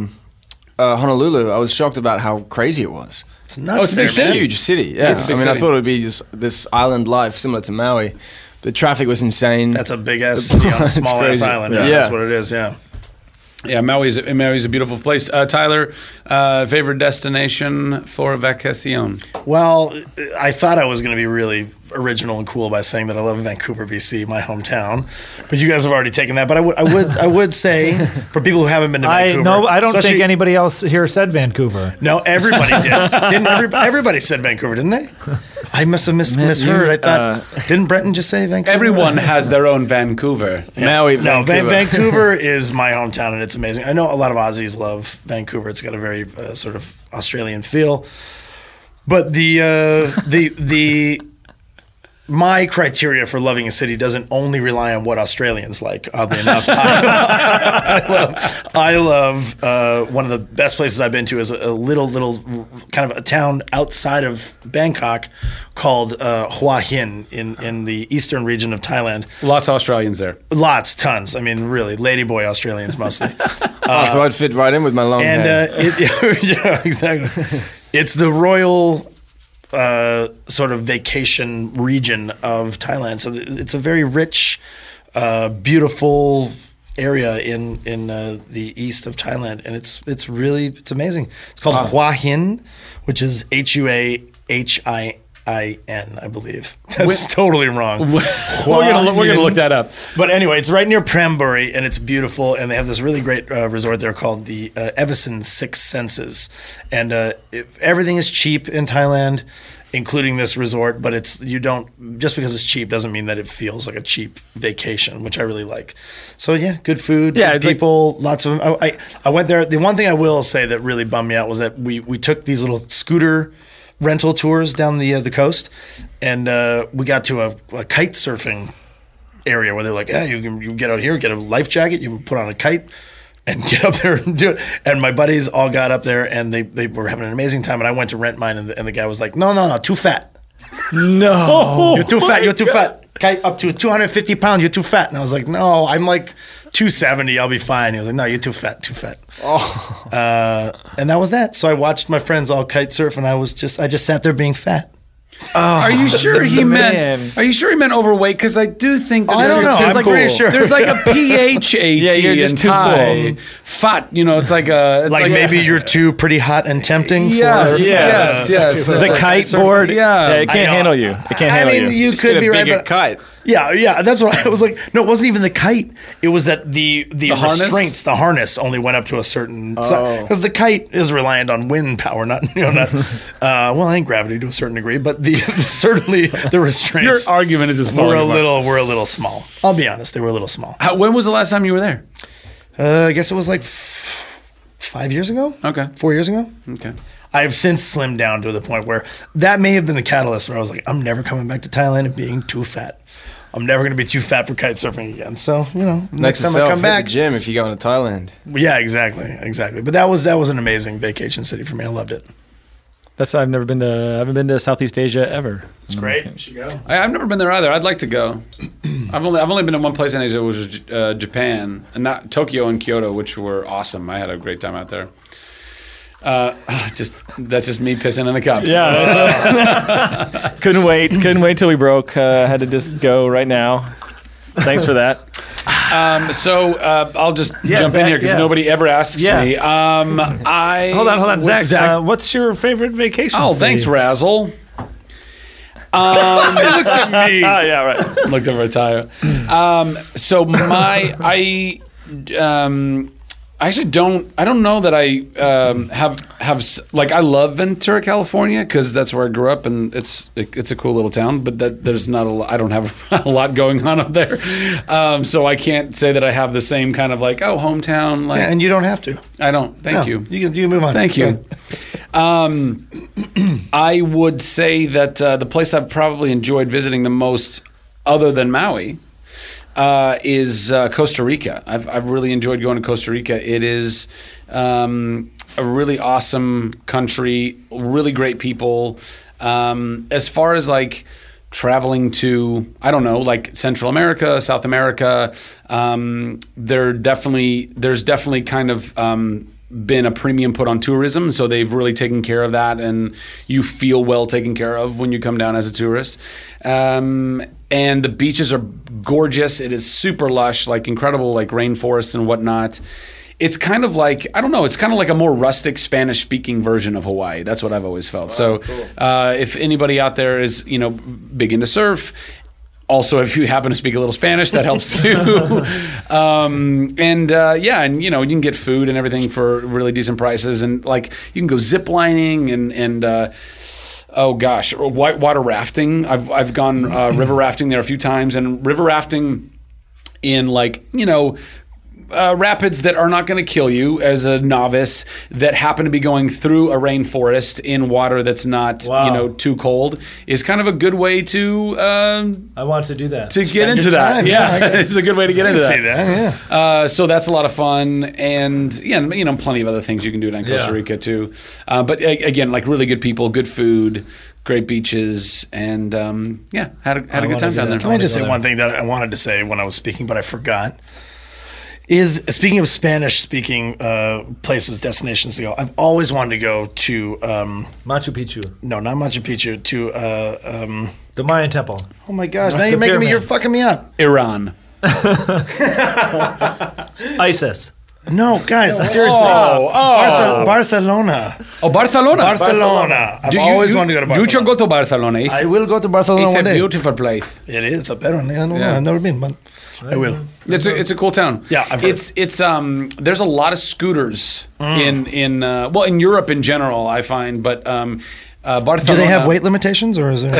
Speaker 8: uh, Honolulu. I was shocked about how crazy it was.
Speaker 6: It's nuts.
Speaker 4: Oh, it's a big
Speaker 6: there, man.
Speaker 4: city.
Speaker 8: huge city. Yeah,
Speaker 4: It's a big
Speaker 8: I mean, I
Speaker 4: city.
Speaker 8: thought it would be just this island life similar to Maui. The traffic was insane.
Speaker 6: That's a big ass city on a
Speaker 8: It's
Speaker 6: small ass
Speaker 8: crazy.
Speaker 6: island.
Speaker 8: Yeah.
Speaker 6: man. That's
Speaker 8: Yeah.
Speaker 6: what it is. Yeah.
Speaker 4: Yeah, Maui's Maui's a beautiful place. Uh, Tyler, uh, favorite destination for vacacion?
Speaker 6: Well, I thought I was going to be really original and cool by saying that I love Vancouver, BC, my hometown. But you guys have already taken that. But I would, I would, I would say for people who haven't been to
Speaker 7: I
Speaker 6: Vancouver,
Speaker 7: no, I don't think
Speaker 6: especially-
Speaker 7: anybody else here said Vancouver.
Speaker 6: No, everybody did. didn't every, everybody said Vancouver, didn't they? I must have mis- misheard. I thought didn't Breton just say Vancouver?
Speaker 4: Everyone has their own Vancouver.
Speaker 8: Maui,
Speaker 6: No,
Speaker 8: Vancouver.
Speaker 6: Van- Vancouver is my hometown, and it's amazing. I know a lot of Aussies love Vancouver. It's got a very uh, sort of Australian feel. But the uh, the the my criteria for loving a city doesn't only rely on what Australians like. Oddly enough, I, love, I love uh, one of the best places I've been to is a, a little little kind of a town outside of Bangkok called uh, Hua Hin in in the eastern region of Thailand.
Speaker 4: Lots of Australians there.
Speaker 6: Lots, tons. I mean, really, ladyboy Australians mostly.
Speaker 8: Oh, so I'd fit right in with my long
Speaker 6: and
Speaker 8: hair.
Speaker 6: uh, it, yeah, exactly. It's the royal uh, sort of vacation region of Thailand, so th- it's a very rich, uh, beautiful area in in uh, the east of Thailand, and it's it's really it's amazing. It's called Hua Hin, which is H U A H I I N, I believe. That's totally wrong.
Speaker 4: We're gonna, look- we're gonna look that up.
Speaker 6: But anyway, it's right near Prambury, and it's beautiful. And they have this really great uh, resort there called the uh, Everson Six Senses, and uh, it, everything is cheap in Thailand, including this resort. But it's you don't just because it's cheap doesn't mean that it feels like a cheap vacation, which I really like. So yeah, good food,
Speaker 5: Yeah, I'd
Speaker 6: good
Speaker 5: like-
Speaker 6: people, lots of. I, I I went there. The one thing I will say that really bummed me out was that we we took these little scooter rental tours down the uh, the coast, and uh, we got to a, a kite surfing area where they're like, yeah, you can you can get out here, get a life jacket, you can put on a kite and get up there and do it. And my buddies all got up there and they, they were having an amazing time. And I went to rent mine and the, and the guy was like, no, no, no, too fat.
Speaker 5: No.
Speaker 6: You're too
Speaker 8: Oh
Speaker 6: fat. You're too fat. Kite up to 250 pounds. You're too fat. And I was like, no, I'm like 270. I'll be fine. He was like, no, you're too fat. Too fat. Oh. Uh, and that was that. So I watched my friends all kite surf and I was just, I just sat there being fat.
Speaker 4: Are you sure he
Speaker 5: Man.
Speaker 4: meant? Are you sure he meant overweight? Because I do think that
Speaker 6: I
Speaker 4: there's
Speaker 6: don't know.
Speaker 4: a- there's
Speaker 6: I'm
Speaker 4: like,
Speaker 6: pretty sure.
Speaker 4: There's like a phat
Speaker 5: Yeah, you're just
Speaker 4: in
Speaker 5: too
Speaker 4: Thai.
Speaker 5: cool.
Speaker 4: Fat, you know, it's like a it's
Speaker 6: Like, maybe you're too pretty hot and tempting.
Speaker 4: Yes,
Speaker 6: for,
Speaker 4: yes, yes.
Speaker 5: The kite board.
Speaker 4: Yeah.
Speaker 5: it
Speaker 6: I
Speaker 5: can't
Speaker 6: know.
Speaker 5: handle you. It can't
Speaker 6: I
Speaker 5: handle
Speaker 6: mean,
Speaker 5: you.
Speaker 6: you
Speaker 8: Just
Speaker 6: could
Speaker 8: get a
Speaker 6: be right.
Speaker 8: bigger
Speaker 6: but-
Speaker 8: kite.
Speaker 6: Yeah, yeah, that's what I was like. No, it wasn't even the kite. It was that the the,
Speaker 4: harness? Oh.
Speaker 6: restraints, the harness, only went up to a certain because the kite is reliant on wind power, not you know, not uh, well, and gravity to a certain degree, but the certainly the
Speaker 4: Your
Speaker 6: restraints
Speaker 4: argument is just
Speaker 6: were
Speaker 4: falling
Speaker 6: a
Speaker 4: apart.
Speaker 6: little were a little small. I'll be honest, they were a little small.
Speaker 4: How, when was the last time you were there?
Speaker 6: Uh, I guess it was like f- five years ago.
Speaker 4: Okay.
Speaker 6: four years ago.
Speaker 4: Okay.
Speaker 6: I've since slimmed down to the point where that may have been the catalyst where I was like, I'm never coming back to Thailand and being too fat. I'm never going to be too fat for kite surfing again. So you know, next,
Speaker 8: Next
Speaker 6: time I come back,
Speaker 8: the gym if you go into Thailand.
Speaker 6: yeah, exactly, exactly. But that was that was an amazing vacation city for me. I loved it.
Speaker 5: That's I've never been to. I haven't been to Southeast Asia ever.
Speaker 6: It's great. You should go.
Speaker 4: I, I've never been there either. I'd like to go. I've only I've only been to one place in Asia, which was J- uh, Japan, and that Tokyo and Kyoto, which were awesome. I had a great time out there. Uh, just that's just me pissing in the cup.
Speaker 5: Yeah. couldn't wait. Couldn't wait till we broke. Uh, had to just go right now. Thanks for that.
Speaker 4: Um, so uh, I'll just jump in
Speaker 7: Zach,
Speaker 4: here because
Speaker 7: yeah.
Speaker 4: nobody ever asks
Speaker 7: Yeah.
Speaker 4: me. Um, I
Speaker 7: Hold on, hold on, Zach.
Speaker 4: What's-
Speaker 7: Uh, what's your favorite vacation?
Speaker 4: Oh,
Speaker 7: city?
Speaker 4: thanks, Razzle. Um,
Speaker 5: Ah, yeah, right.
Speaker 4: looked over at Tyra. Um, so my I um, I actually don't. I don't know that I um, have have s- like I love Ventura, California, because that's where I grew up, and it's it, it's a cool little town. But that there's not a. lo- I don't have a lot going on up there, um, so I can't say that I have the same kind of like oh hometown. Like
Speaker 6: and you don't have to.
Speaker 4: I don't. Thank
Speaker 6: No,
Speaker 4: you.
Speaker 6: You can, you can move on.
Speaker 4: Thank you. Um, I would say that uh, the place I've probably enjoyed visiting the most, other than Maui, uh, is uh, Costa Rica. I've, I've really enjoyed going to Costa Rica. It is um, a really awesome country, really great people. Um, as far as like traveling to, I don't know, like Central America, South America, um, there definitely there's definitely kind of um, been a premium put on tourism, so they've really taken care of that, and you feel well taken care of when you come down as a tourist. Um, and the beaches are gorgeous. It is super lush, like incredible, like rainforests and whatnot. It's kind of like I don't know. It's kind of like a more rustic Spanish-speaking version of Hawaii. That's what I've always felt. so, uh, if anybody out there is you know big into surf, also, if you happen to speak a little Spanish, that helps too. um, and uh, yeah, and you know, you can get food and everything for really decent prices, and like you can go zip lining and and. Uh, Oh gosh, or white water rafting. I've I've gone uh, river rafting there a few times, and river rafting in like you know uh, rapids that are not going to kill you as a novice that happen to be going through a rainforest in water that's not you
Speaker 7: Wow.
Speaker 4: know too cold is kind of a good way to um,
Speaker 7: I want to do that.
Speaker 4: to get into
Speaker 6: your
Speaker 4: that.
Speaker 6: time.
Speaker 4: Yeah,
Speaker 6: Yeah, I
Speaker 4: it's a good way to get into
Speaker 6: See
Speaker 4: that.
Speaker 6: that? Yeah.
Speaker 4: Uh, so that's a lot of fun, and yeah, and, you know, plenty of other things you can do down in Costa
Speaker 7: Yeah.
Speaker 4: Rica too. Uh, but a- again, like really good people, good food, great beaches, and um, yeah, had a, had a
Speaker 7: I
Speaker 4: good time
Speaker 7: wanna
Speaker 4: down
Speaker 7: do
Speaker 4: there.
Speaker 7: that.
Speaker 6: Can I just say
Speaker 7: Altogether.
Speaker 6: one thing that I wanted to say when I was speaking, but I forgot? Is speaking of Spanish speaking uh, places, destinations to go, I've always wanted to go to, um,
Speaker 7: Machu Picchu,
Speaker 6: no, not Machu Picchu, to, uh, um,
Speaker 7: the Mayan temple.
Speaker 6: oh my gosh, now you're making me, you're
Speaker 7: pyramids.
Speaker 6: fucking me up.
Speaker 4: Iran.
Speaker 7: ISIS.
Speaker 6: No, guys, seriously.
Speaker 4: Oh,
Speaker 6: Barthel- Barcelona.
Speaker 4: Oh, Barcelona.
Speaker 6: Barcelona. I've always wanted to go to Barcelona.
Speaker 4: You should go to Barcelona. It's,
Speaker 6: I will go to Barcelona one
Speaker 4: it's a
Speaker 6: day.
Speaker 4: beautiful place.
Speaker 6: It is apparently. I don't know.
Speaker 4: Yeah.
Speaker 6: I've never been, but I will.
Speaker 4: It's a, it's a cool town.
Speaker 6: Yeah, I've heard. Mm.
Speaker 4: it's it's um. There's a lot of scooters in in uh, well in Europe in general. I find, but um, uh,
Speaker 6: Do
Speaker 4: Barcelona.
Speaker 6: they have weight limitations, or is there?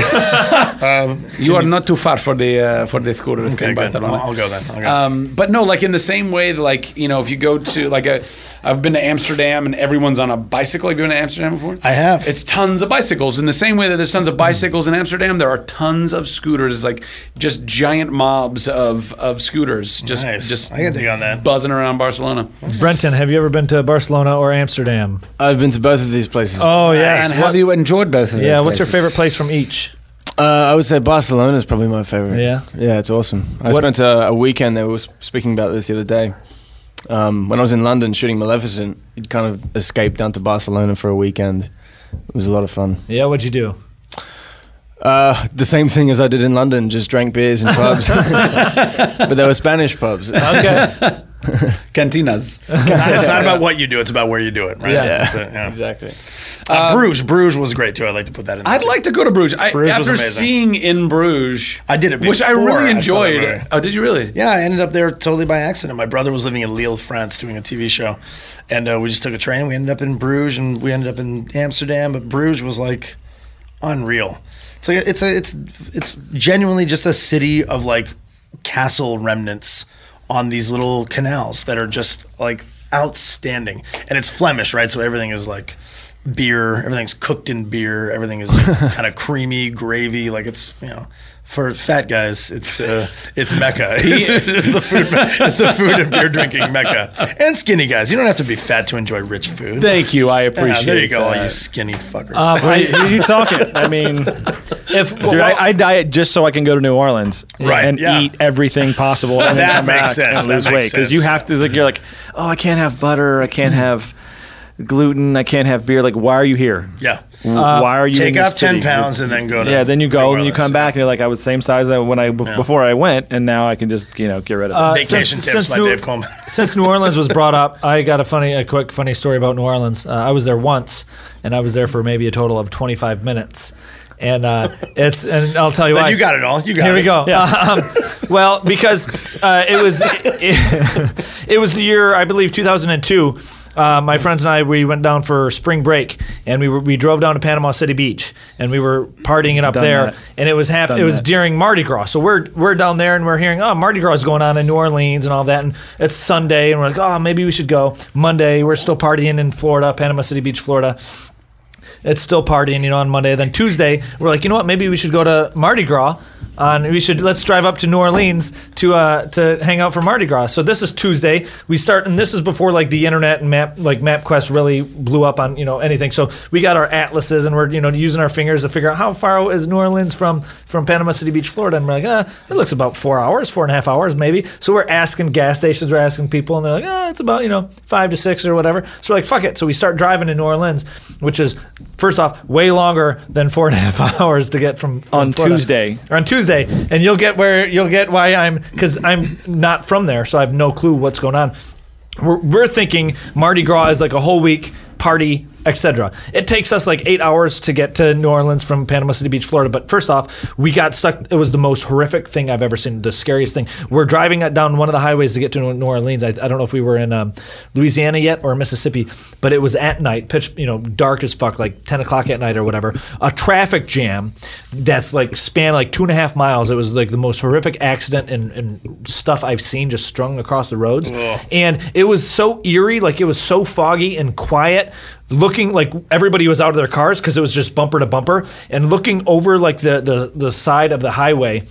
Speaker 4: You are not too far for the uh, for the scooter
Speaker 6: okay,
Speaker 4: in
Speaker 6: good. I'll,
Speaker 4: Barcelona.
Speaker 6: I'll go then. I'll go.
Speaker 4: Um, but no, like in the same way, that, like you know, if you go to like a, I've been to Amsterdam and everyone's on a bicycle. Have you been to Amsterdam before?
Speaker 6: I have.
Speaker 4: Uh, It's tons of bicycles. In the same way that there's tons of bicycles in Amsterdam, there are tons of scooters. It's like just giant mobs of of scooters, just
Speaker 6: nice.
Speaker 4: just
Speaker 6: I can dig on that.
Speaker 4: buzzing around Barcelona.
Speaker 7: Brenton, have you ever been to Barcelona or Amsterdam?
Speaker 8: I've been to both of these places.
Speaker 7: Oh yes.
Speaker 4: And have you enjoyed both of them?
Speaker 7: yeah. What's your favorite place from each?
Speaker 8: Uh, I would say Barcelona is probably my favorite.
Speaker 7: Yeah?
Speaker 8: yeah, it's awesome. I
Speaker 7: What-
Speaker 8: spent a, a weekend there. We were speaking about this the other day. Um, when I was in London shooting Maleficent, it kind of escaped down to Barcelona for a weekend. It was a lot of fun.
Speaker 7: Yeah. What'd you do?
Speaker 8: Uh, the same thing as I did in London, just drank beers in pubs, but they were Spanish pubs.
Speaker 7: Okay.
Speaker 4: cantinas?
Speaker 6: it's not about what you do; it's about where you do it, right?
Speaker 7: Yeah.
Speaker 6: That's it, yeah.
Speaker 8: exactly.
Speaker 6: Uh, Bruges, Bruges was great too. I'd like to put that in. There
Speaker 4: Um, I'd
Speaker 6: too.
Speaker 4: like to go to Bruges. I,
Speaker 6: Bruges was
Speaker 4: after
Speaker 6: amazing.
Speaker 4: seeing in Bruges,
Speaker 6: I did it
Speaker 4: which I
Speaker 6: before
Speaker 4: really
Speaker 6: I saw that
Speaker 4: enjoyed.
Speaker 6: movie.
Speaker 4: oh, did you really?
Speaker 6: Yeah, I ended up there totally by accident. My brother was living in Lille, France, doing a TV show, and uh, we just took a train. We ended up in Bruges, and we ended up in Amsterdam. But Bruges was like unreal. It's like it's a it's it's genuinely just a city of like castle remnants on these little canals that are just like outstanding. And it's Flemish, right? So everything is like beer. Everything's cooked in beer. Everything is kind of creamy, gravy. Like it's you know. For fat guys, it's uh, it's mecca. It's, it's the food, it's the food and beer drinking mecca. And skinny guys, you don't have to be fat to enjoy rich food.
Speaker 4: Thank you. I
Speaker 6: Yeah,
Speaker 4: appreciate.
Speaker 6: there you go, all you
Speaker 4: that. Um,
Speaker 6: skinny fuckers.
Speaker 7: Uh,
Speaker 5: Who
Speaker 7: I-
Speaker 5: are you talking? I mean,
Speaker 7: if
Speaker 5: dude, I, I diet just so I can go to New Orleans
Speaker 6: Right,
Speaker 5: and
Speaker 6: yeah.
Speaker 5: eat everything possible. And
Speaker 6: That
Speaker 5: then come
Speaker 6: makes
Speaker 5: back
Speaker 6: sense,
Speaker 5: And
Speaker 6: that
Speaker 5: lose
Speaker 6: makes
Speaker 5: weight because you
Speaker 6: sense.
Speaker 5: have to. Like, you're like, oh, I can't have butter. I can't have gluten. I can't have beer. Like, why are you here?
Speaker 6: yeah.
Speaker 5: W- why are you in
Speaker 6: Take
Speaker 5: this
Speaker 6: off 10
Speaker 5: city?
Speaker 6: pounds and then go to.
Speaker 5: Yeah, then you
Speaker 6: New
Speaker 5: go and you
Speaker 6: Orleans.
Speaker 5: come back and you're like, I was same size that when I b- before I went, and now I can just you know get rid of
Speaker 7: Uh,
Speaker 5: it.
Speaker 6: Vacation
Speaker 7: since-
Speaker 6: tips
Speaker 7: since
Speaker 6: by
Speaker 7: New-
Speaker 6: Dave Coleman.
Speaker 7: since New Orleans was brought up, I got a funny, a quick funny story about New Orleans. Uh, I was there once, and I was there for maybe a total of 25 minutes. and uh, it's and I'll tell you
Speaker 6: Then
Speaker 7: why.
Speaker 6: you got it all. You got
Speaker 7: Here
Speaker 6: it.
Speaker 7: we go. Um, well, because uh, it was it, it was the year I believe 2002. Uh, my friends and I we went down for spring break, and we were, we drove down to Panama City Beach, and we were partying it up
Speaker 5: Done
Speaker 7: there.
Speaker 5: that.
Speaker 7: And it was hap-
Speaker 5: Done
Speaker 7: It was
Speaker 5: that.
Speaker 7: during Mardi Gras, so we're we're down there and we're hearing oh Mardi Gras is going on in New Orleans and all that, and it's Sunday, and we're like oh maybe we should go Monday. We're still partying in Florida, Panama City Beach, Florida it's still partying, you know, on Monday. Then Tuesday, we're like, you know what? Maybe we should go to Mardi Gras. On we should let's drive up to New Orleans to uh, to hang out for Mardi Gras. So this is Tuesday. We start, and this is before like the internet and map like MapQuest really blew up on you know anything. So we got our atlases and we're you know using our fingers to figure out how far is New Orleans from from Panama City Beach, Florida. And we're like, ah, it looks about four hours, four and a half hours maybe. So we're asking gas stations, we're asking people, and they're like, ah, it's about you know five to six or whatever. So we're like, fuck it. So we start driving to New Orleans, which is first off way longer than four and a half hours to get from, from
Speaker 5: On
Speaker 7: Florida.
Speaker 5: Tuesday.
Speaker 7: Or on Tuesday, and you'll get where you'll get why I'm because I'm not from there, so I have no clue what's going on. We're, we're thinking Mardi Gras is like a whole week party, etc. It takes us like eight hours to get to New Orleans from Panama City Beach, Florida. But first off, we got stuck. It was the most horrific thing I've ever seen, the scariest thing. We're driving down one of the highways to get to New Orleans. I, I don't know if we were in um, Louisiana yet or Mississippi, but it was at night, pitch, you know, dark as fuck, like 10 o'clock at night or whatever. A traffic jam that's like span like two and a half miles. It was like the most horrific accident and, and stuff I've seen just strung across the roads. And it was so eerie, like it was so foggy and quiet. Looking like everybody was out of their cars because it was just bumper to bumper, and looking over like the, the the side of the highway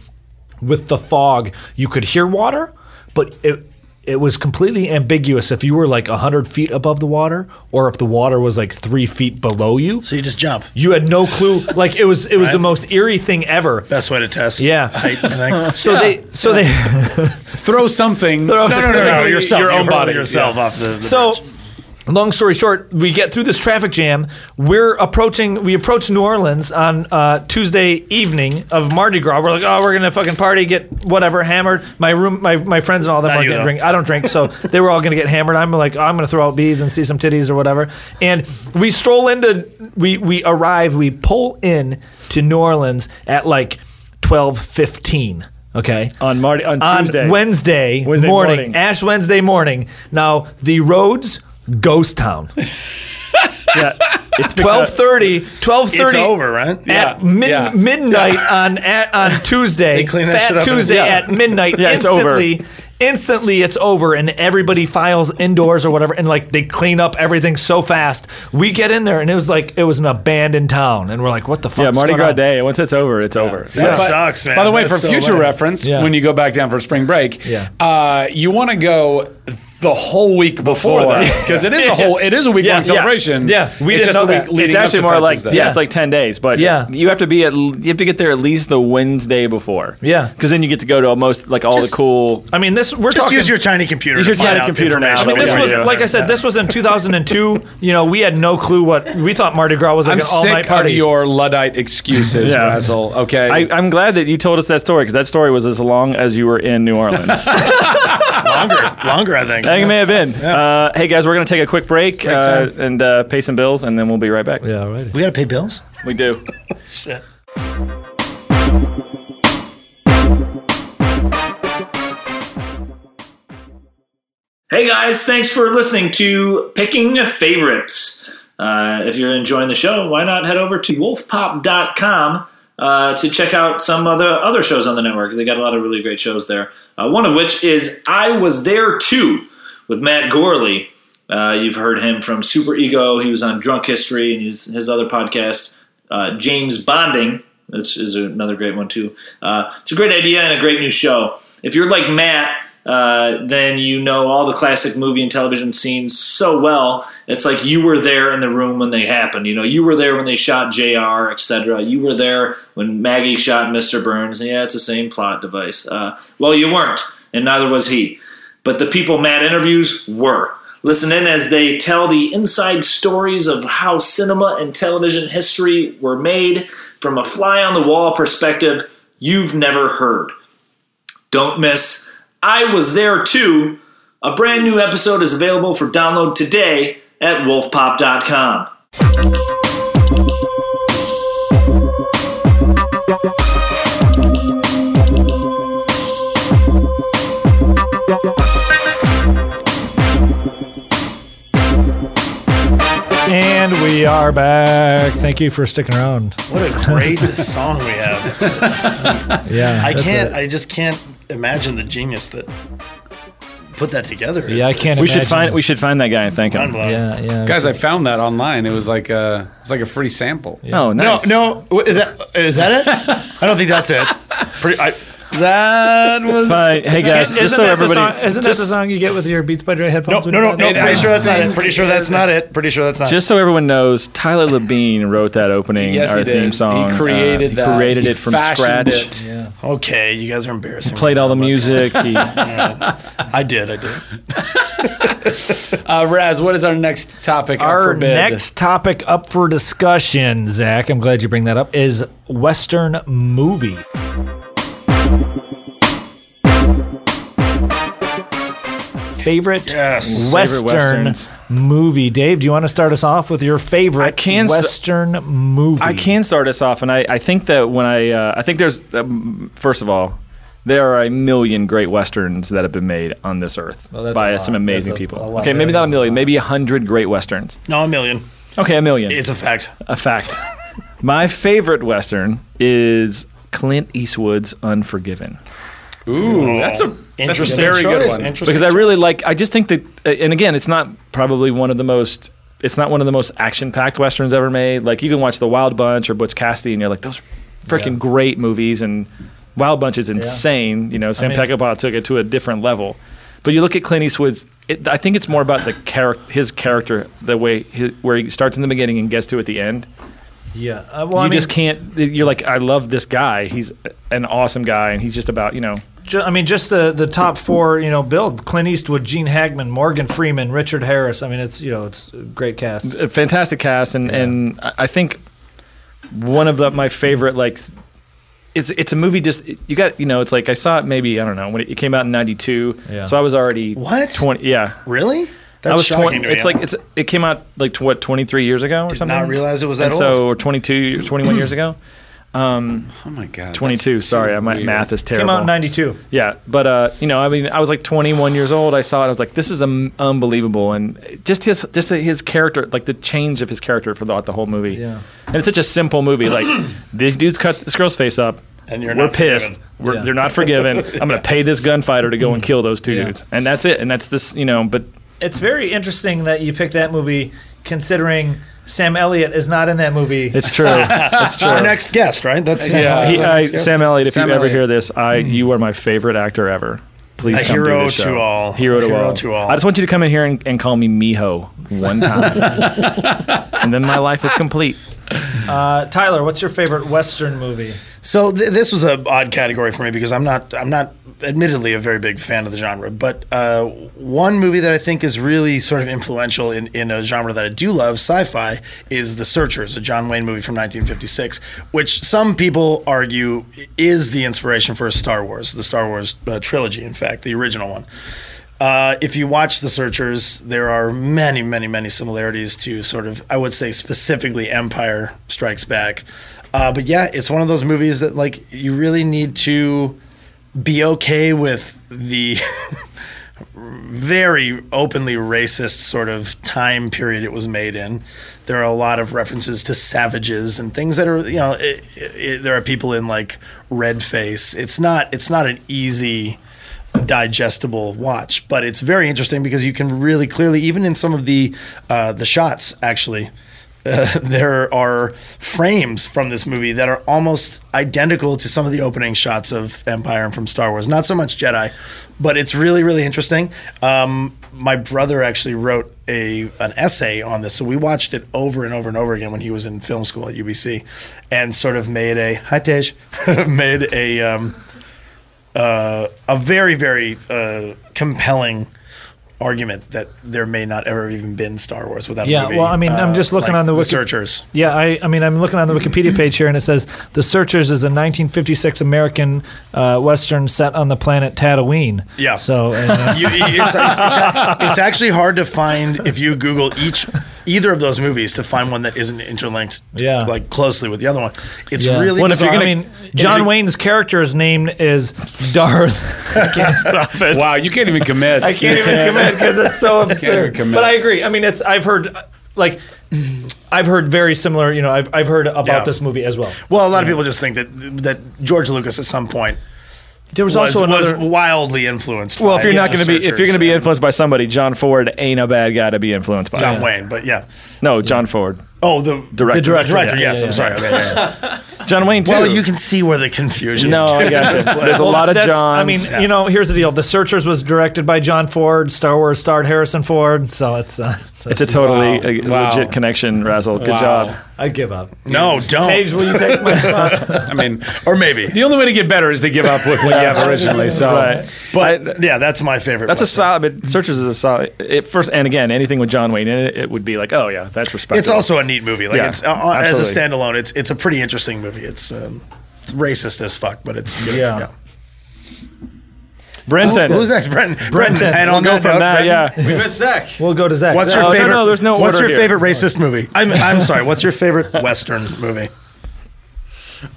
Speaker 7: with the fog, you could hear water, but it it was completely ambiguous if you were like hundred feet above the water or if the water was like three feet below you.
Speaker 6: So you just jump.
Speaker 7: You had no clue. Like it was, it was the
Speaker 6: Right.
Speaker 7: most eerie thing ever.
Speaker 6: Best way to test.
Speaker 7: Yeah.
Speaker 6: Height, I think.
Speaker 7: So they, so they,
Speaker 4: Throw something.
Speaker 7: Throw
Speaker 6: no, no, no, no,
Speaker 4: specifically
Speaker 6: yourself.
Speaker 4: Your
Speaker 6: You
Speaker 4: own
Speaker 6: hurl
Speaker 4: body.
Speaker 6: Yourself off the. the
Speaker 7: so
Speaker 6: bridge.
Speaker 7: long story short, we get through this traffic jam. We're approaching, we approach New Orleans on uh, Tuesday evening of Mardi Gras. We're like, oh, we're gonna fucking party, get whatever hammered. My room, my, my friends and all them
Speaker 6: Not
Speaker 7: are
Speaker 6: you,
Speaker 7: getting
Speaker 6: though.
Speaker 7: drink. I don't drink, so they were all gonna get hammered. I'm like, oh, I'm gonna throw out beads and see some titties or whatever. And we stroll into, we we arrive, we pull in to New Orleans at like twelve fifteen. Okay.
Speaker 5: On Mardi- on Tuesday.
Speaker 7: Wednesday,
Speaker 5: Wednesday
Speaker 7: morning,
Speaker 5: morning.
Speaker 7: Ash Wednesday morning. Now the roads, ghost town.
Speaker 5: Yeah, it's because-
Speaker 7: 12:30, 12:30.
Speaker 6: It's over, right?
Speaker 7: At mid-
Speaker 4: Yeah.
Speaker 7: midnight on at, on Tuesday,
Speaker 6: They clean that
Speaker 7: Fat
Speaker 6: shit up in a
Speaker 7: Tuesday
Speaker 6: day.
Speaker 7: at midnight.
Speaker 5: Yeah, it's over.
Speaker 7: instantly, instantly, it's over, and everybody files indoors or whatever, and like they clean up everything so fast. We get in there, and it was like it was an abandoned town, and we're like, what the fuck?
Speaker 5: Yeah,
Speaker 7: is
Speaker 5: Mardi
Speaker 7: going
Speaker 5: Gras
Speaker 7: on?
Speaker 5: Day. Once it's over, it's over.
Speaker 6: That
Speaker 4: But-
Speaker 6: sucks, man.
Speaker 4: By the way,
Speaker 6: That's
Speaker 4: for
Speaker 6: so
Speaker 4: future
Speaker 6: lame.
Speaker 4: reference,
Speaker 7: Yeah.
Speaker 4: when you go back down for spring break,
Speaker 7: Yeah.
Speaker 4: uh, you want to go the whole week before,
Speaker 5: Before.
Speaker 4: that because it is a whole it is a week long celebration.
Speaker 7: Yeah. We
Speaker 4: it's just
Speaker 7: didn't know
Speaker 4: the week
Speaker 7: that.
Speaker 4: leading
Speaker 5: It's
Speaker 4: up
Speaker 5: actually
Speaker 4: to
Speaker 5: more
Speaker 4: Fat
Speaker 5: like
Speaker 4: Tuesday.
Speaker 5: yeah,
Speaker 7: Yeah.
Speaker 5: it's like ten days, but
Speaker 7: Yeah.
Speaker 5: you have to be at you have to get there at least the Wednesday before.
Speaker 7: Yeah.
Speaker 5: because then you get to go to almost like all
Speaker 7: Just-
Speaker 5: the cool.
Speaker 7: I mean, this we're
Speaker 6: Just
Speaker 7: talking.
Speaker 6: use your tiny computer.
Speaker 5: Use
Speaker 6: to
Speaker 5: your
Speaker 6: find
Speaker 5: tiny
Speaker 6: out
Speaker 5: computer now.
Speaker 6: information
Speaker 5: Yeah.
Speaker 7: I mean, this
Speaker 6: about
Speaker 7: was
Speaker 6: you.
Speaker 7: like I said. This was in 2002. You know, we had no clue what we thought Mardi Gras was like
Speaker 4: I'm
Speaker 7: an all-night
Speaker 4: sick of
Speaker 7: party.
Speaker 4: your luddite excuses,
Speaker 5: Yeah.
Speaker 4: Razzle. Okay,
Speaker 5: I, I'm glad that you told us that story because that story was as long as you were in New Orleans. I
Speaker 6: longer, longer. I think.
Speaker 5: think it may have been. Uh, hey guys, we're gonna take a quick break uh, and uh, pay some bills, and then we'll be right back.
Speaker 7: yeah, right.
Speaker 6: We gotta pay bills.
Speaker 5: We do.
Speaker 7: Hey guys, thanks for listening to Picking Favorites. Uh, if you're enjoying the show, why not head over to wolfpop.com uh, to check out some other other shows on the network. They got a lot of really great shows there. Uh, one of which is I Was There Too with Matt Gorley. Uh, you've heard him from Super Ego. He was on Drunk History and his, his other podcast, uh, James Bonding, which is another great one too. Uh, it's a great idea and a great new show. If you're like Matt, uh, then you know all the classic movie and television scenes so well. It's like you were there in the room when they happened. You know, you were there when they shot JR, etc. You were there when Maggie shot Mr. Burns. Yeah, it's the same plot device. Uh, well, you weren't, and neither was he but the people Matt interviews were. Listen in as they tell the inside stories of how cinema and television history were made from a fly on the wall perspective you've never heard. Don't miss I Was There Too. A brand new episode is available for download today at wolfpop.com. And we are back. Thank you for sticking around.
Speaker 6: What a great song we have.
Speaker 7: Yeah,
Speaker 6: I
Speaker 7: that's
Speaker 6: can't.
Speaker 7: it.
Speaker 6: I just can't imagine the genius that put that together.
Speaker 7: Yeah, I can't
Speaker 5: We
Speaker 7: Imagine.
Speaker 5: should find we should find that guy and thank him.
Speaker 6: mind-blowing.
Speaker 7: yeah, yeah.
Speaker 4: Guys, I found that online. It was like a, it was like a free sample.
Speaker 5: Oh, nice.
Speaker 6: No, no, is that is that it? I don't think that's it. Pretty, I,
Speaker 4: That was.
Speaker 5: Fine. Hey guys,
Speaker 7: Isn't
Speaker 5: just so
Speaker 7: that
Speaker 5: everybody,
Speaker 7: the song, isn't
Speaker 5: just,
Speaker 7: that the song you get with your Beats by Dre
Speaker 6: no,
Speaker 7: headphones?
Speaker 6: no,
Speaker 7: when
Speaker 6: no,
Speaker 7: you-
Speaker 6: no.
Speaker 4: It-
Speaker 6: Pretty
Speaker 4: I
Speaker 6: sure that's not
Speaker 4: think-
Speaker 6: it. Pretty sure that's not it. Pretty sure that's not.
Speaker 5: just so everyone knows, Tyler Labine wrote that opening
Speaker 4: Yes,
Speaker 5: our
Speaker 4: he did.
Speaker 5: theme song.
Speaker 4: He
Speaker 5: Uh,
Speaker 4: created
Speaker 5: he
Speaker 4: that.
Speaker 5: created
Speaker 4: He
Speaker 5: it from
Speaker 4: fashioned
Speaker 5: scratch.
Speaker 4: it.
Speaker 6: okay, you guys are embarrassing. me.
Speaker 5: Played all the music. He,
Speaker 6: I did. I did.
Speaker 4: Uh, Raz, what is our next topic? up
Speaker 7: Our
Speaker 4: for bid?
Speaker 7: next topic up for discussion, Zach. I'm glad you bring that up. Is Western movie. Favorite
Speaker 6: Yes.
Speaker 7: Western
Speaker 5: Westerns.
Speaker 7: movie. Dave, do you want to start us off with your favorite
Speaker 5: I can s-
Speaker 7: Western movie?
Speaker 5: I can start us off, and I, I think that when I uh, I think there's um, first of all, there are a million great westerns that have been made on this earth
Speaker 7: that's
Speaker 5: by
Speaker 7: a lot.
Speaker 5: some amazing
Speaker 7: That's a-
Speaker 5: people.
Speaker 7: a lot.
Speaker 5: okay, maybe
Speaker 7: That's
Speaker 5: not a
Speaker 7: a
Speaker 5: million, maybe a hundred great westerns.
Speaker 6: No, a million.
Speaker 5: Okay, a million.
Speaker 6: It's a fact.
Speaker 5: a fact. My favorite western is Clint Eastwood's Unforgiven.
Speaker 4: Ooh, that's a that's a
Speaker 6: Oh, Interesting
Speaker 4: very
Speaker 6: choice.
Speaker 4: good one.
Speaker 6: Interesting
Speaker 5: because I
Speaker 6: choice.
Speaker 5: really like. I just think that, uh, and again, it's not probably one of the most. It's not one of the most action-packed westerns ever made. Like you can watch The Wild Bunch or Butch Cassidy, and you're like, those freaking great movies. And Wild Bunch is insane. You know, Sam
Speaker 7: mean-
Speaker 5: Peckinpah took it to a different level. But you look at Clint Eastwood's. It, I think it's more about the character, his character, the way his, where he starts in the beginning and gets to at the end
Speaker 7: Yeah. Uh, well, I
Speaker 5: you
Speaker 7: mean,
Speaker 5: just can't. You're like, I love this guy. He's an awesome guy, and he's just about you know.
Speaker 7: Ju- I mean, just the the top four, you know, build Clint Eastwood, Gene Hackman, Morgan Freeman, Richard Harris. I mean, it's you know, it's a great cast.
Speaker 5: a fantastic cast, and and I I think one of the, my favorite like. It's, it's a movie just you got you know it's like I saw it maybe I don't know when it, it came out in '92
Speaker 7: Yeah.
Speaker 5: so I was already
Speaker 6: What?
Speaker 5: twenty yeah
Speaker 6: Really? That's
Speaker 5: I was
Speaker 6: shocking
Speaker 5: twenty
Speaker 6: to me.
Speaker 5: it's like it's it came out like tw- what 23 years ago or
Speaker 6: Did
Speaker 5: something
Speaker 6: not realize it was that
Speaker 5: and
Speaker 6: old.
Speaker 5: so or 22 or 21 years ago um
Speaker 4: Oh my god,
Speaker 5: 22
Speaker 4: that's
Speaker 5: sorry
Speaker 4: so
Speaker 5: I my
Speaker 4: weird.
Speaker 5: math is terrible
Speaker 7: Came out in '92.
Speaker 5: yeah, but uh, you know, I mean, I was like 21 years old. I saw it. I was like, this is um, unbelievable, and just his just the, his character, like the change of his character throughout the whole movie.
Speaker 7: Yeah.
Speaker 5: and it's such a simple movie. Like this dude's cut this girl's face up.
Speaker 6: And you're
Speaker 5: we're
Speaker 6: not
Speaker 5: pissed.
Speaker 6: forgiven.
Speaker 5: We're,
Speaker 7: Yeah.
Speaker 5: They're not forgiven. I'm gonna pay this gunfighter to go and kill those two
Speaker 7: Yeah.
Speaker 5: dudes, and that's it. And that's this, you know. But
Speaker 7: It's very interesting that you picked that movie, considering Sam Elliott is not in that movie.
Speaker 5: it's true. it's true.
Speaker 6: Our next guest, right? That's uh,
Speaker 5: yeah, Uh, he, I, Sam Elliott. If
Speaker 4: Sam
Speaker 5: you ever
Speaker 4: Elliott.
Speaker 5: hear this, I you are my favorite actor ever. Please
Speaker 6: A
Speaker 5: come do
Speaker 6: hero
Speaker 5: this show.
Speaker 6: to all.
Speaker 5: Hero to
Speaker 6: Hero
Speaker 5: all.
Speaker 6: to all.
Speaker 5: I just want you to come in here and, and call me Miho one time, and then my life is complete.
Speaker 7: Uh, Tyler, what's your favorite Western movie?
Speaker 6: So th- this was an odd category for me because I'm not I'm not admittedly a very big fan of the genre, but uh, one movie that I think is really sort of influential in, in a genre that I do love, sci-fi, is The Searchers, a John Wayne movie from 1956, which some people argue is the inspiration for Star Wars, the Star Wars uh, trilogy, in fact, the original one. Uh, if you watch The Searchers, there are many, many, many similarities to sort of, I would say specifically Empire Strikes Back. Uh, but yeah, it's one of those movies that like you really need to be okay with the very openly racist sort of time period it was made in. There are a lot of references to savages and things that are, you know, it, it, it- there are people in like red face. It's not, it's not an easy digestible watch, but it's very interesting because you can really clearly, even in some of the uh, the shots, actually, uh, there are frames from this movie that are almost identical to some of the opening shots of Empire and from Star Wars. Not so much Jedi, but it's really really interesting. Um, my brother actually wrote a an essay on this, so we watched it over and over and over again when he was in film school at UBC, and sort of made a hi Tej, made a um, uh, a very, very uh, compelling argument that there may not ever have even been Star Wars without.
Speaker 7: Yeah,
Speaker 6: a movie, uh,
Speaker 7: well, I mean, I'm just looking on the
Speaker 6: the
Speaker 7: wiki-
Speaker 6: Searchers.
Speaker 7: Yeah, I, I mean, I'm looking on the Wikipedia page here, and it says The Searchers is a 1956 American uh, Western set on the planet Tatooine.
Speaker 6: Yeah.
Speaker 7: So, uh, and it's-
Speaker 6: You- you- it's, it's- it's- it's actually hard to find if you Google each either of those movies to find one that isn't interlinked,
Speaker 7: Yeah.
Speaker 6: like closely with the other one. It's
Speaker 7: Yeah.
Speaker 6: really
Speaker 5: Well, if you're gonna-
Speaker 6: bizarre.
Speaker 7: I mean,
Speaker 5: if
Speaker 7: John
Speaker 5: you're-
Speaker 7: Wayne's character is named is Darth. I can't stop it.
Speaker 4: Wow, you can't even commit.
Speaker 7: I can't even commit because it's so
Speaker 4: even
Speaker 7: absurd.
Speaker 4: commit.
Speaker 7: But I agree. I mean, it's I've heard uh, like I've heard very similar. You know, I've I've heard about
Speaker 6: Yeah.
Speaker 7: this movie as well.
Speaker 6: well, a lot of people just think that that George Lucas at some point
Speaker 7: There was,
Speaker 6: was,
Speaker 7: also another.
Speaker 6: was wildly influenced.
Speaker 5: Well, if
Speaker 6: by
Speaker 5: you're not
Speaker 6: the
Speaker 5: going to be if you're going to be
Speaker 6: researchers
Speaker 5: influenced by somebody, John Ford ain't a bad guy to be influenced by.
Speaker 6: and John Wayne, but yeah.
Speaker 5: No, John Ford,
Speaker 6: Oh, the
Speaker 5: director.
Speaker 6: The director,
Speaker 5: Yeah.
Speaker 6: yes. I'm sorry. Okay, yeah, yeah.
Speaker 5: John Wayne too.
Speaker 6: Well, you can see where the confusion.
Speaker 5: No, I got you. There's a
Speaker 7: Well,
Speaker 5: lot of
Speaker 7: that's-
Speaker 5: Johns.
Speaker 7: I mean, you know, here's the deal. The Searchers was directed by John Ford. Star Wars starred Harrison Ford. So it's uh, so
Speaker 5: it's a totally
Speaker 4: Wow.
Speaker 5: a
Speaker 4: Wow.
Speaker 5: legit connection, Razzle. Good
Speaker 4: Wow.
Speaker 5: job.
Speaker 7: I give up.
Speaker 6: no, don't.
Speaker 7: Paige, will you take my spot?
Speaker 4: I mean,
Speaker 6: or maybe.
Speaker 4: the only way to get better is to give up with what you have originally. So
Speaker 5: Right.
Speaker 6: But yeah, that's my favorite.
Speaker 5: That's a
Speaker 6: Western.
Speaker 5: solid. But Searchers is a solid. It first and again, anything with John Wayne in it, it would be like, oh yeah, that's respectable.
Speaker 6: It's also a neat movie. Like
Speaker 5: Yeah,
Speaker 6: it's uh, uh, as a
Speaker 5: absolutely.
Speaker 6: standalone, it's it's a pretty interesting movie. It's um, it's racist as fuck, but it's good.
Speaker 7: Yeah.
Speaker 5: Brenton.
Speaker 6: Who's, who's next, Brenton? Brenton. And on
Speaker 5: Go
Speaker 6: that
Speaker 5: from
Speaker 6: note,
Speaker 5: that,
Speaker 6: Brenton,
Speaker 5: yeah.
Speaker 8: We missed Zach.
Speaker 7: We'll go to Zach.
Speaker 6: What's
Speaker 7: Zach,
Speaker 6: your
Speaker 5: Oh, no,
Speaker 6: favorite?
Speaker 5: no, there's no
Speaker 6: What's
Speaker 5: order
Speaker 6: your
Speaker 5: here.
Speaker 6: favorite racist movie? I'm I'm sorry. What's your favorite Western movie?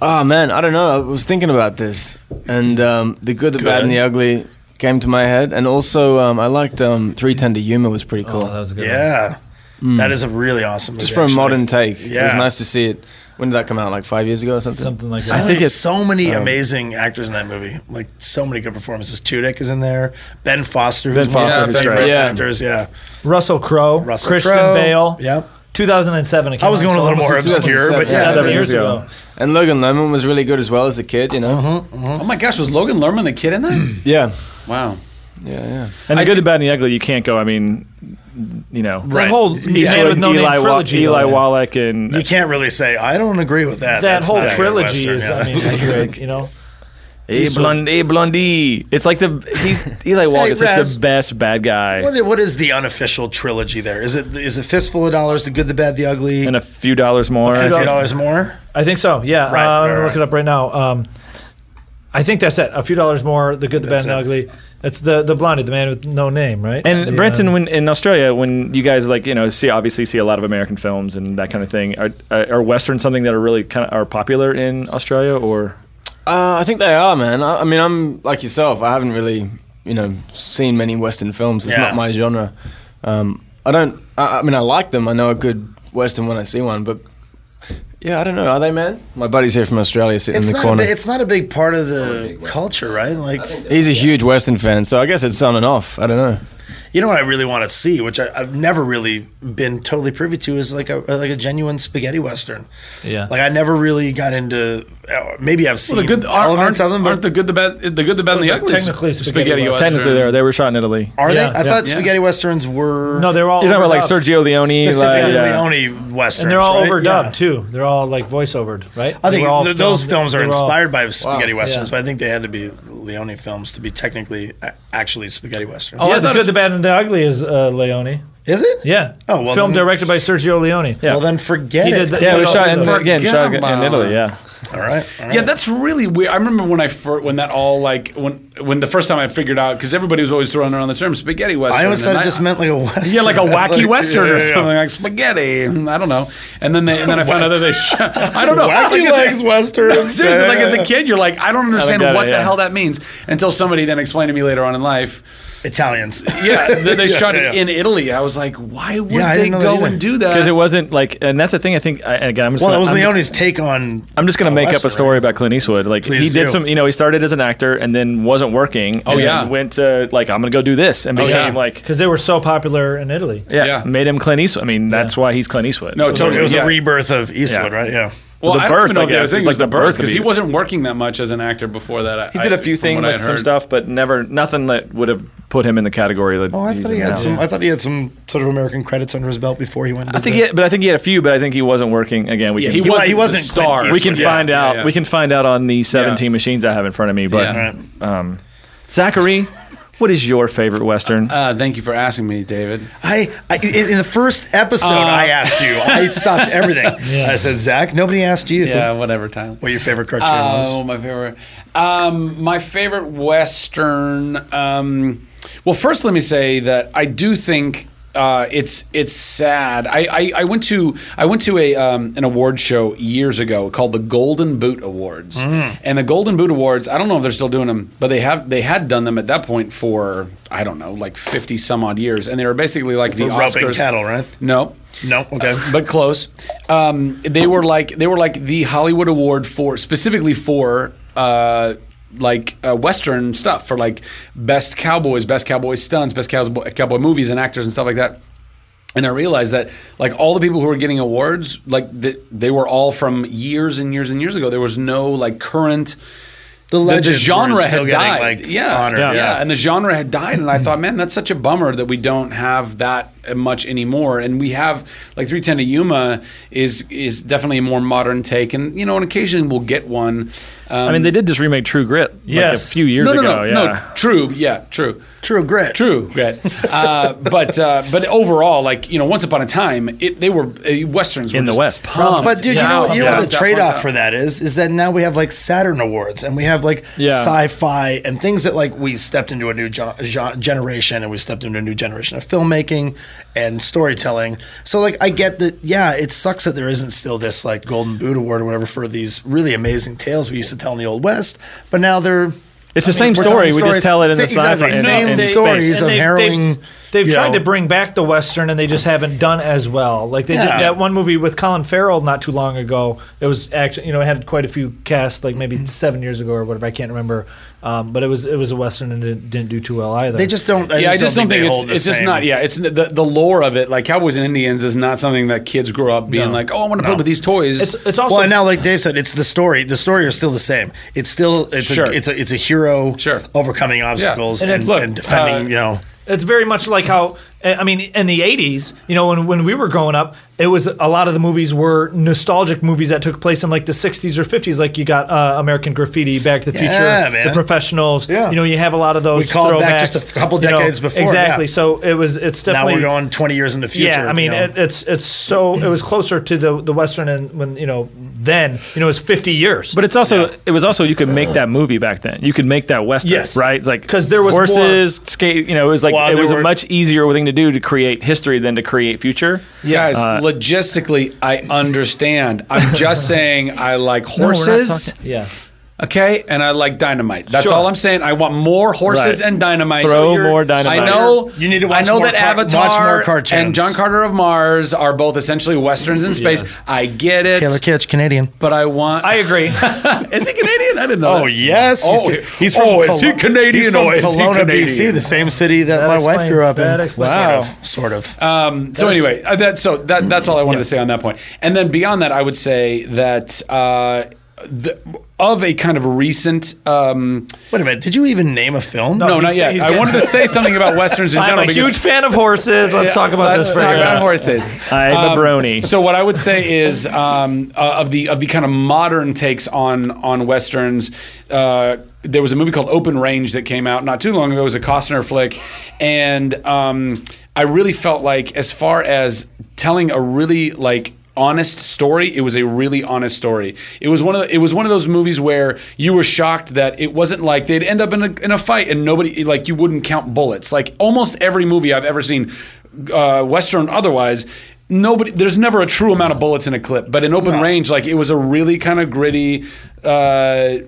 Speaker 8: Oh man, I don't know. I was thinking about this, and um, the good, the bad, and the ugly came to my head, and also um, I liked um, Three Ten to Yuma was pretty cool.
Speaker 7: Oh, that was a good one.
Speaker 6: Yeah, that is a really awesome.
Speaker 8: Just
Speaker 6: movie,
Speaker 8: for a
Speaker 6: actually.
Speaker 8: modern take, it was
Speaker 6: Yeah.
Speaker 8: nice to see it. When did that come out? Like five years ago or something.
Speaker 7: Something like
Speaker 6: I
Speaker 7: that.
Speaker 6: think
Speaker 5: think
Speaker 6: it's um,
Speaker 5: it's-
Speaker 6: so many amazing actors in that movie. Like so many good performances. Tudyk is in there. Ben Foster. who's
Speaker 5: Ben
Speaker 6: one of
Speaker 5: Foster,
Speaker 6: my
Speaker 5: who's
Speaker 6: favorite
Speaker 5: great.
Speaker 8: Yeah.
Speaker 6: actors. Yeah.
Speaker 7: Russell Crowe,
Speaker 6: Russell
Speaker 7: Christian
Speaker 6: Crowe.
Speaker 7: Bale.
Speaker 6: Yep.
Speaker 7: 2007. It came
Speaker 6: I was
Speaker 7: out,
Speaker 6: going
Speaker 7: so
Speaker 6: a little
Speaker 7: almost
Speaker 6: more obscure, but
Speaker 8: Yeah,
Speaker 6: yeah.
Speaker 7: seven
Speaker 5: seven
Speaker 7: years
Speaker 5: years
Speaker 7: ago.
Speaker 5: ago.
Speaker 8: And Logan Lerman was really good as well as the kid, you know.
Speaker 4: Oh my gosh, was Logan Lerman the kid in that?
Speaker 8: Yeah,
Speaker 4: Wow.
Speaker 8: yeah, yeah.
Speaker 5: and the good, the bad, and the ugly. You can't go. I mean, you know,
Speaker 7: That
Speaker 6: Right.
Speaker 7: whole Man
Speaker 5: Eastwood,
Speaker 7: with No
Speaker 5: Eli,
Speaker 7: Name
Speaker 5: Wa-
Speaker 7: trilogy.
Speaker 5: Eli
Speaker 7: though.
Speaker 5: Wallach, and
Speaker 6: You can't really say I don't agree with that.
Speaker 7: that
Speaker 6: That's
Speaker 7: whole
Speaker 6: not a good
Speaker 7: trilogy
Speaker 6: Western,
Speaker 7: is,
Speaker 6: yeah.
Speaker 7: I mean, accurate, you know.
Speaker 5: A blonde, a blondie. It's like the he's Eli Wallach is like
Speaker 6: Raz.
Speaker 5: the best bad guy
Speaker 6: What, i- what is the unofficial trilogy there? Is it is it fistful of dollars, the good, the bad, the ugly,
Speaker 5: and a few dollars more. I
Speaker 6: a few
Speaker 5: think.
Speaker 6: dollars more?
Speaker 7: I think so. Yeah,
Speaker 6: Right,
Speaker 7: uh, I'm
Speaker 6: right,
Speaker 7: gonna
Speaker 6: right.
Speaker 7: look it up right now. Um, I think that's it. A few dollars more. The good, the bad,
Speaker 6: That's
Speaker 7: and the
Speaker 6: it.
Speaker 7: ugly. That's the the blondie, the man with no name, right?
Speaker 5: And
Speaker 7: The,
Speaker 5: Brenton,
Speaker 7: uh,
Speaker 5: when in Australia, when you guys like you know see obviously see a lot of American films and that kind of thing, are are westerns something that are really kind of are popular in Australia or?
Speaker 8: Uh, I think they are, man. I, I mean, I'm like yourself. I haven't really, you know, seen many Western films. It's
Speaker 6: Yeah.
Speaker 8: not my genre. Um, I don't. I, I mean, I like them. I know a good Western when I see one, but yeah, I don't know. Are they, man? My buddy's here from Australia, sitting
Speaker 6: It's
Speaker 8: in the
Speaker 6: not a
Speaker 8: corner.
Speaker 6: big, it's not a big part of the culture, right? Like
Speaker 8: He's a huge Western fan, so I guess it's on and off. I don't know.
Speaker 6: you know what I really want to see, which I, I've never really been totally privy to, is like a like a genuine spaghetti western.
Speaker 7: yeah,
Speaker 6: Like I never really got into. uh, Maybe I've seen
Speaker 4: Well, the good aren't, aren't,
Speaker 6: elements of them, but
Speaker 4: aren't the good, the bad, the good, the bad, and the
Speaker 7: Those are
Speaker 4: ugly?
Speaker 7: technically spaghetti westerns.
Speaker 5: Technically, they
Speaker 4: westerns.
Speaker 5: they were shot in Italy.
Speaker 6: are
Speaker 7: Yeah,
Speaker 6: they? I
Speaker 7: yeah.
Speaker 6: thought
Speaker 4: Yeah.
Speaker 6: spaghetti westerns were
Speaker 7: no, they're all
Speaker 5: You're talking about like
Speaker 7: overdubbed.
Speaker 5: Sergio Leone, like,
Speaker 6: specifically
Speaker 5: yeah.
Speaker 6: Leone westerns,
Speaker 7: and they're all
Speaker 6: right?
Speaker 7: overdubbed
Speaker 6: Yeah.
Speaker 7: too. They're all like voiceovered, right?
Speaker 6: I
Speaker 7: They
Speaker 6: think
Speaker 7: were all
Speaker 6: th- those
Speaker 7: filmed-
Speaker 6: films are
Speaker 7: they were all-
Speaker 6: inspired by spaghetti westerns,
Speaker 7: Yeah.
Speaker 6: but I think they had to be Leone films to be technically a- actually spaghetti westerns.
Speaker 4: Oh, I
Speaker 7: yeah, the
Speaker 4: thought it's-
Speaker 7: good, the bad, and the ugly is uh, Leone.
Speaker 6: is it?
Speaker 7: Yeah.
Speaker 6: Oh, well,
Speaker 7: Film
Speaker 6: then-
Speaker 7: directed by Sergio Leone.
Speaker 5: Yeah.
Speaker 6: Well, then forget
Speaker 7: He
Speaker 6: it.
Speaker 7: did the-
Speaker 5: Yeah, it was
Speaker 7: Yeah,
Speaker 5: shot
Speaker 7: no,
Speaker 5: in,
Speaker 7: no,
Speaker 5: again, shot in
Speaker 4: Gamma.
Speaker 5: Italy. Yeah,
Speaker 6: All right. all right.
Speaker 4: Yeah, that's really weird. I remember when I fir- when that all like when when the first time I figured out because everybody was always throwing around the term spaghetti western.
Speaker 6: I always
Speaker 4: and
Speaker 6: thought it just meant like a western.
Speaker 4: yeah, like a wacky
Speaker 6: Like,
Speaker 4: western
Speaker 6: yeah,
Speaker 4: or
Speaker 6: yeah, yeah.
Speaker 4: something like spaghetti. I don't know. And then they and then I found out that they shot. I don't know. Like,
Speaker 6: Wacky
Speaker 4: it's-
Speaker 6: legs western.
Speaker 4: Seriously, like as a kid, you're like, I don't understand
Speaker 5: get
Speaker 4: what
Speaker 5: it,
Speaker 4: the
Speaker 5: yeah.
Speaker 4: hell that means until somebody then explained to me later on in life.
Speaker 6: Italians.
Speaker 4: Yeah, they, they shot
Speaker 6: yeah,
Speaker 4: it
Speaker 6: yeah.
Speaker 4: in Italy. I was like, why would
Speaker 6: Yeah, I
Speaker 4: they
Speaker 6: didn't know that
Speaker 4: go
Speaker 6: either.
Speaker 4: and do that?
Speaker 5: because it wasn't like, and that's the thing. I think I, again, I'm just
Speaker 6: Well, that
Speaker 5: gonna,
Speaker 6: was
Speaker 5: I'm,
Speaker 6: Leone's take on.
Speaker 5: I'm just going to make up a
Speaker 6: Western,
Speaker 5: story about Clint Eastwood. Like
Speaker 6: Oh, Please
Speaker 5: he did
Speaker 6: do.
Speaker 5: some, you know, he started as an actor and then wasn't working. Oh and then
Speaker 4: yeah.
Speaker 5: went to like I'm going to go do this and
Speaker 4: Oh,
Speaker 5: became
Speaker 4: yeah.
Speaker 5: like
Speaker 7: Because they were so popular in Italy.
Speaker 5: yeah,
Speaker 4: Yeah.
Speaker 5: made him Clint Eastwood. I mean, that's why he's Clint Eastwood.
Speaker 4: no,
Speaker 6: So
Speaker 4: totally.
Speaker 6: it was
Speaker 4: yeah.
Speaker 6: a rebirth of Eastwood,
Speaker 5: Yeah.
Speaker 6: right? Yeah.
Speaker 4: Well,
Speaker 5: The
Speaker 4: I
Speaker 5: birth,
Speaker 4: don't even know
Speaker 5: I
Speaker 4: if the other
Speaker 5: guess.
Speaker 4: thing
Speaker 5: It's
Speaker 4: was
Speaker 5: like
Speaker 4: the
Speaker 5: the birth
Speaker 4: birth
Speaker 5: of
Speaker 4: because
Speaker 5: the-
Speaker 4: he wasn't working that much as an actor before that. I,
Speaker 5: He did a few things, like some stuff, but never nothing that would have put him in the category that.
Speaker 6: Oh, I
Speaker 5: he's
Speaker 6: thought
Speaker 5: in
Speaker 6: he
Speaker 5: now.
Speaker 6: had some. I thought he had some sort of American credits under his belt before he went.
Speaker 5: I think, he had, but I think he had a few, but I think he wasn't working. Again, we
Speaker 4: Yeah,
Speaker 5: can
Speaker 4: he,
Speaker 6: He wa-
Speaker 4: wasn't
Speaker 6: he
Speaker 4: he
Speaker 6: wasn't
Speaker 4: wasn't the star.
Speaker 6: Clint
Speaker 5: we can
Speaker 6: Yeah,
Speaker 5: find out.
Speaker 4: yeah.
Speaker 5: We can find out on the 17
Speaker 4: Yeah.
Speaker 5: machines I have in front of me. But
Speaker 4: Yeah.
Speaker 5: um, Zachary, what is your favorite Western?
Speaker 4: Uh, thank you for asking me, David.
Speaker 6: I, I in in the first episode, I asked you. I stopped everything. I said, Zach, nobody asked you.
Speaker 4: Yeah, whatever, Tyler.
Speaker 6: What your favorite cartoon
Speaker 4: Oh, my favorite. Um, my favorite Western. Um, well, first, let me say that I do think uh, it's it's sad. I, I, I went to I went to a um, an award show years ago called the Golden Boot Awards,
Speaker 6: Mm.
Speaker 4: and the Golden Boot Awards. I don't know if they're still doing them, but they have they had done them at that point for I don't know like fifty some odd years, and they were basically like the
Speaker 6: For roping
Speaker 4: Oscars.
Speaker 6: cattle, right?
Speaker 4: No,
Speaker 6: No, okay.
Speaker 4: but close. Um, they were like they were like the Hollywood Award for specifically for uh, like uh, Western stuff for like best cowboys, best cowboy stunts, best cowboy, cowboy movies and actors and stuff like that. And I realized that like all the people who were getting awards, like th- they were all from years and years and years ago. There was no like current.
Speaker 6: The
Speaker 4: The,
Speaker 6: legends
Speaker 4: the
Speaker 6: were
Speaker 4: genre
Speaker 6: still
Speaker 4: had
Speaker 6: getting,
Speaker 4: died.
Speaker 6: like,
Speaker 4: yeah.
Speaker 6: honored,
Speaker 4: yeah,
Speaker 6: yeah.
Speaker 4: and the genre had died. And I thought, man, that's such a bummer that we don't have that much anymore. And we have like 310 to Yuma is is definitely a more modern take, and you know, and occasionally we'll get one. Um,
Speaker 5: I mean, they did just remake True Grit like,
Speaker 7: Yes.
Speaker 5: a few years
Speaker 4: no, no,
Speaker 5: ago.
Speaker 4: no,
Speaker 5: yeah.
Speaker 4: no, true, yeah, true.
Speaker 6: True grit.
Speaker 4: True, Gret. Uh, but uh, but overall, like you know, once upon a time, it, they were uh, westerns were
Speaker 5: In the
Speaker 4: just
Speaker 5: West.
Speaker 4: pumped
Speaker 6: But dude, you know,
Speaker 4: out
Speaker 6: you know
Speaker 4: at
Speaker 6: what the
Speaker 4: that
Speaker 6: trade
Speaker 4: point.
Speaker 6: off for that is is that now we have like Saturn awards and we have like
Speaker 5: Yeah.
Speaker 6: sci-fi and things that like we stepped into a new gen- gen- generation and we stepped into a new generation of filmmaking and storytelling. So like I get that yeah, it sucks that there isn't still this like Golden Boot award or whatever for these really amazing tales we used to tell in the old west, but now they're
Speaker 5: It's the
Speaker 6: I
Speaker 5: same
Speaker 6: mean, we're telling
Speaker 5: story. We just
Speaker 6: stories-
Speaker 5: tell it in the
Speaker 6: Sa- exactly,
Speaker 5: sci-fi. in- in
Speaker 6: same stories
Speaker 5: space.
Speaker 6: of harrowing,
Speaker 7: They've, they've
Speaker 6: you
Speaker 7: tried
Speaker 6: know-
Speaker 7: to bring back the western, and they just haven't done as well. Like they
Speaker 6: Yeah.
Speaker 7: did that one movie with Colin Farrell not too long ago. It was actually, you know, it had quite a few casts, like
Speaker 6: Mm-hmm.
Speaker 7: maybe seven years ago or whatever. I can't remember, um, but it was it was a western and it didn't do too well either.
Speaker 6: they just don't
Speaker 4: yeah, I just don't think,
Speaker 6: they
Speaker 4: it's,
Speaker 6: hold the
Speaker 4: it's just
Speaker 6: same-
Speaker 4: not. Yeah, it's the the lore of it. Like cowboys and Indians is not something that kids grow up being
Speaker 7: No.
Speaker 4: like. Oh, I want to play with these toys.
Speaker 7: it's it's also
Speaker 6: well, and now like Dave said, it's the story. The story is still the same. It's still it's
Speaker 4: Sure.
Speaker 6: a it's a it's a hero
Speaker 4: Sure.
Speaker 6: overcoming obstacles
Speaker 7: And
Speaker 6: and,
Speaker 7: it's-
Speaker 6: and,
Speaker 7: look,
Speaker 6: defending.
Speaker 4: uh,
Speaker 6: you know,
Speaker 7: It's very much like how eh, I mean in the 80s, you know, when when we were growing up, it was a lot of the movies were nostalgic movies that took place in like the 60s or 50s like you got uh, American Graffiti, Back to the Future,
Speaker 6: Yeah, man.
Speaker 7: The Professionals.
Speaker 6: Yeah.
Speaker 7: You know, you have a lot of those
Speaker 6: We called back
Speaker 7: throwbacks,
Speaker 6: just a couple
Speaker 7: you know,
Speaker 6: decades before,
Speaker 7: Exactly.
Speaker 6: yeah.
Speaker 7: So it was it's
Speaker 6: now
Speaker 7: definitely
Speaker 6: we're going twenty years in the future.
Speaker 7: yeah, I
Speaker 6: you
Speaker 7: mean,
Speaker 6: know.
Speaker 7: it, it's it's so it was closer to the the western and when you know then you know it was fifty years,
Speaker 5: But it's also it was also you could make that movie back then. You could make that western,
Speaker 7: Yes.
Speaker 5: right? Like
Speaker 7: 'Cause there was
Speaker 5: horses, skate. You know, it was like
Speaker 6: Well,
Speaker 5: it
Speaker 6: there
Speaker 5: was
Speaker 6: were-
Speaker 5: a much easier thing to do to create history than to create future.
Speaker 4: Guys,
Speaker 5: Uh,
Speaker 4: logistically, I understand. I'm just saying I like horses,
Speaker 7: yeah,
Speaker 4: okay, and I like dynamite. That's
Speaker 7: Sure.
Speaker 4: all I'm saying. I want more horses
Speaker 5: Right.
Speaker 4: and dynamite.
Speaker 5: Throw
Speaker 4: you're-
Speaker 5: more dynamite.
Speaker 4: I know.
Speaker 6: You need to watch
Speaker 4: I know
Speaker 6: more
Speaker 4: that
Speaker 6: car- watch
Speaker 4: Avatar
Speaker 6: more cartoons.
Speaker 4: and John Carter of Mars are both essentially westerns in space. I get it,
Speaker 6: Taylor Kitsch, Canadian.
Speaker 4: but I want.
Speaker 7: I agree.
Speaker 4: is he Canadian? I didn't know.
Speaker 6: Oh
Speaker 4: that.
Speaker 6: yes,
Speaker 4: Oh,
Speaker 6: he's, ca- he's from
Speaker 4: oh, is he
Speaker 6: Kelowna-
Speaker 4: Canadian
Speaker 6: he's from
Speaker 4: or is he
Speaker 6: Kelowna,
Speaker 4: Canadian?
Speaker 6: BC, the same city that,
Speaker 7: That
Speaker 6: my wife
Speaker 7: explains-
Speaker 6: grew up
Speaker 7: that
Speaker 6: in.
Speaker 7: explains-
Speaker 5: Wow.
Speaker 6: Sort of, sort of.
Speaker 4: Um, so anyway, uh, that so that that's all I wanted to say on that point. And then beyond that, I would say that uh, the, of a kind of recent. Um,
Speaker 6: Wait a minute, did you even name a film?
Speaker 4: no,
Speaker 7: he's-
Speaker 4: not yet.
Speaker 7: he's
Speaker 4: I
Speaker 7: getting-
Speaker 4: wanted to say something about westerns in
Speaker 7: I'm
Speaker 4: general.
Speaker 7: a
Speaker 4: because-
Speaker 7: huge fan of horses. Let's
Speaker 4: Yeah,
Speaker 7: talk about
Speaker 4: let's
Speaker 7: this. for
Speaker 4: talk
Speaker 7: a
Speaker 4: about
Speaker 7: minute.
Speaker 4: horses.
Speaker 5: I'm a brony.
Speaker 4: Um, So what I would say is um, uh, of the of the kind of modern takes on on westerns. Uh, there was a movie called Open Range that came out not too long ago. It was a Costner flick, and um, I really felt like as far as telling a really like honest story it was a really honest story it was one of the, it was one of those movies where you were shocked that it wasn't like they'd end up in a, in a fight and nobody like you wouldn't count bullets like almost every movie i've ever seen uh, western otherwise nobody there's never a true amount of bullets in a clip but in open range like it was a really kind of gritty uh, r-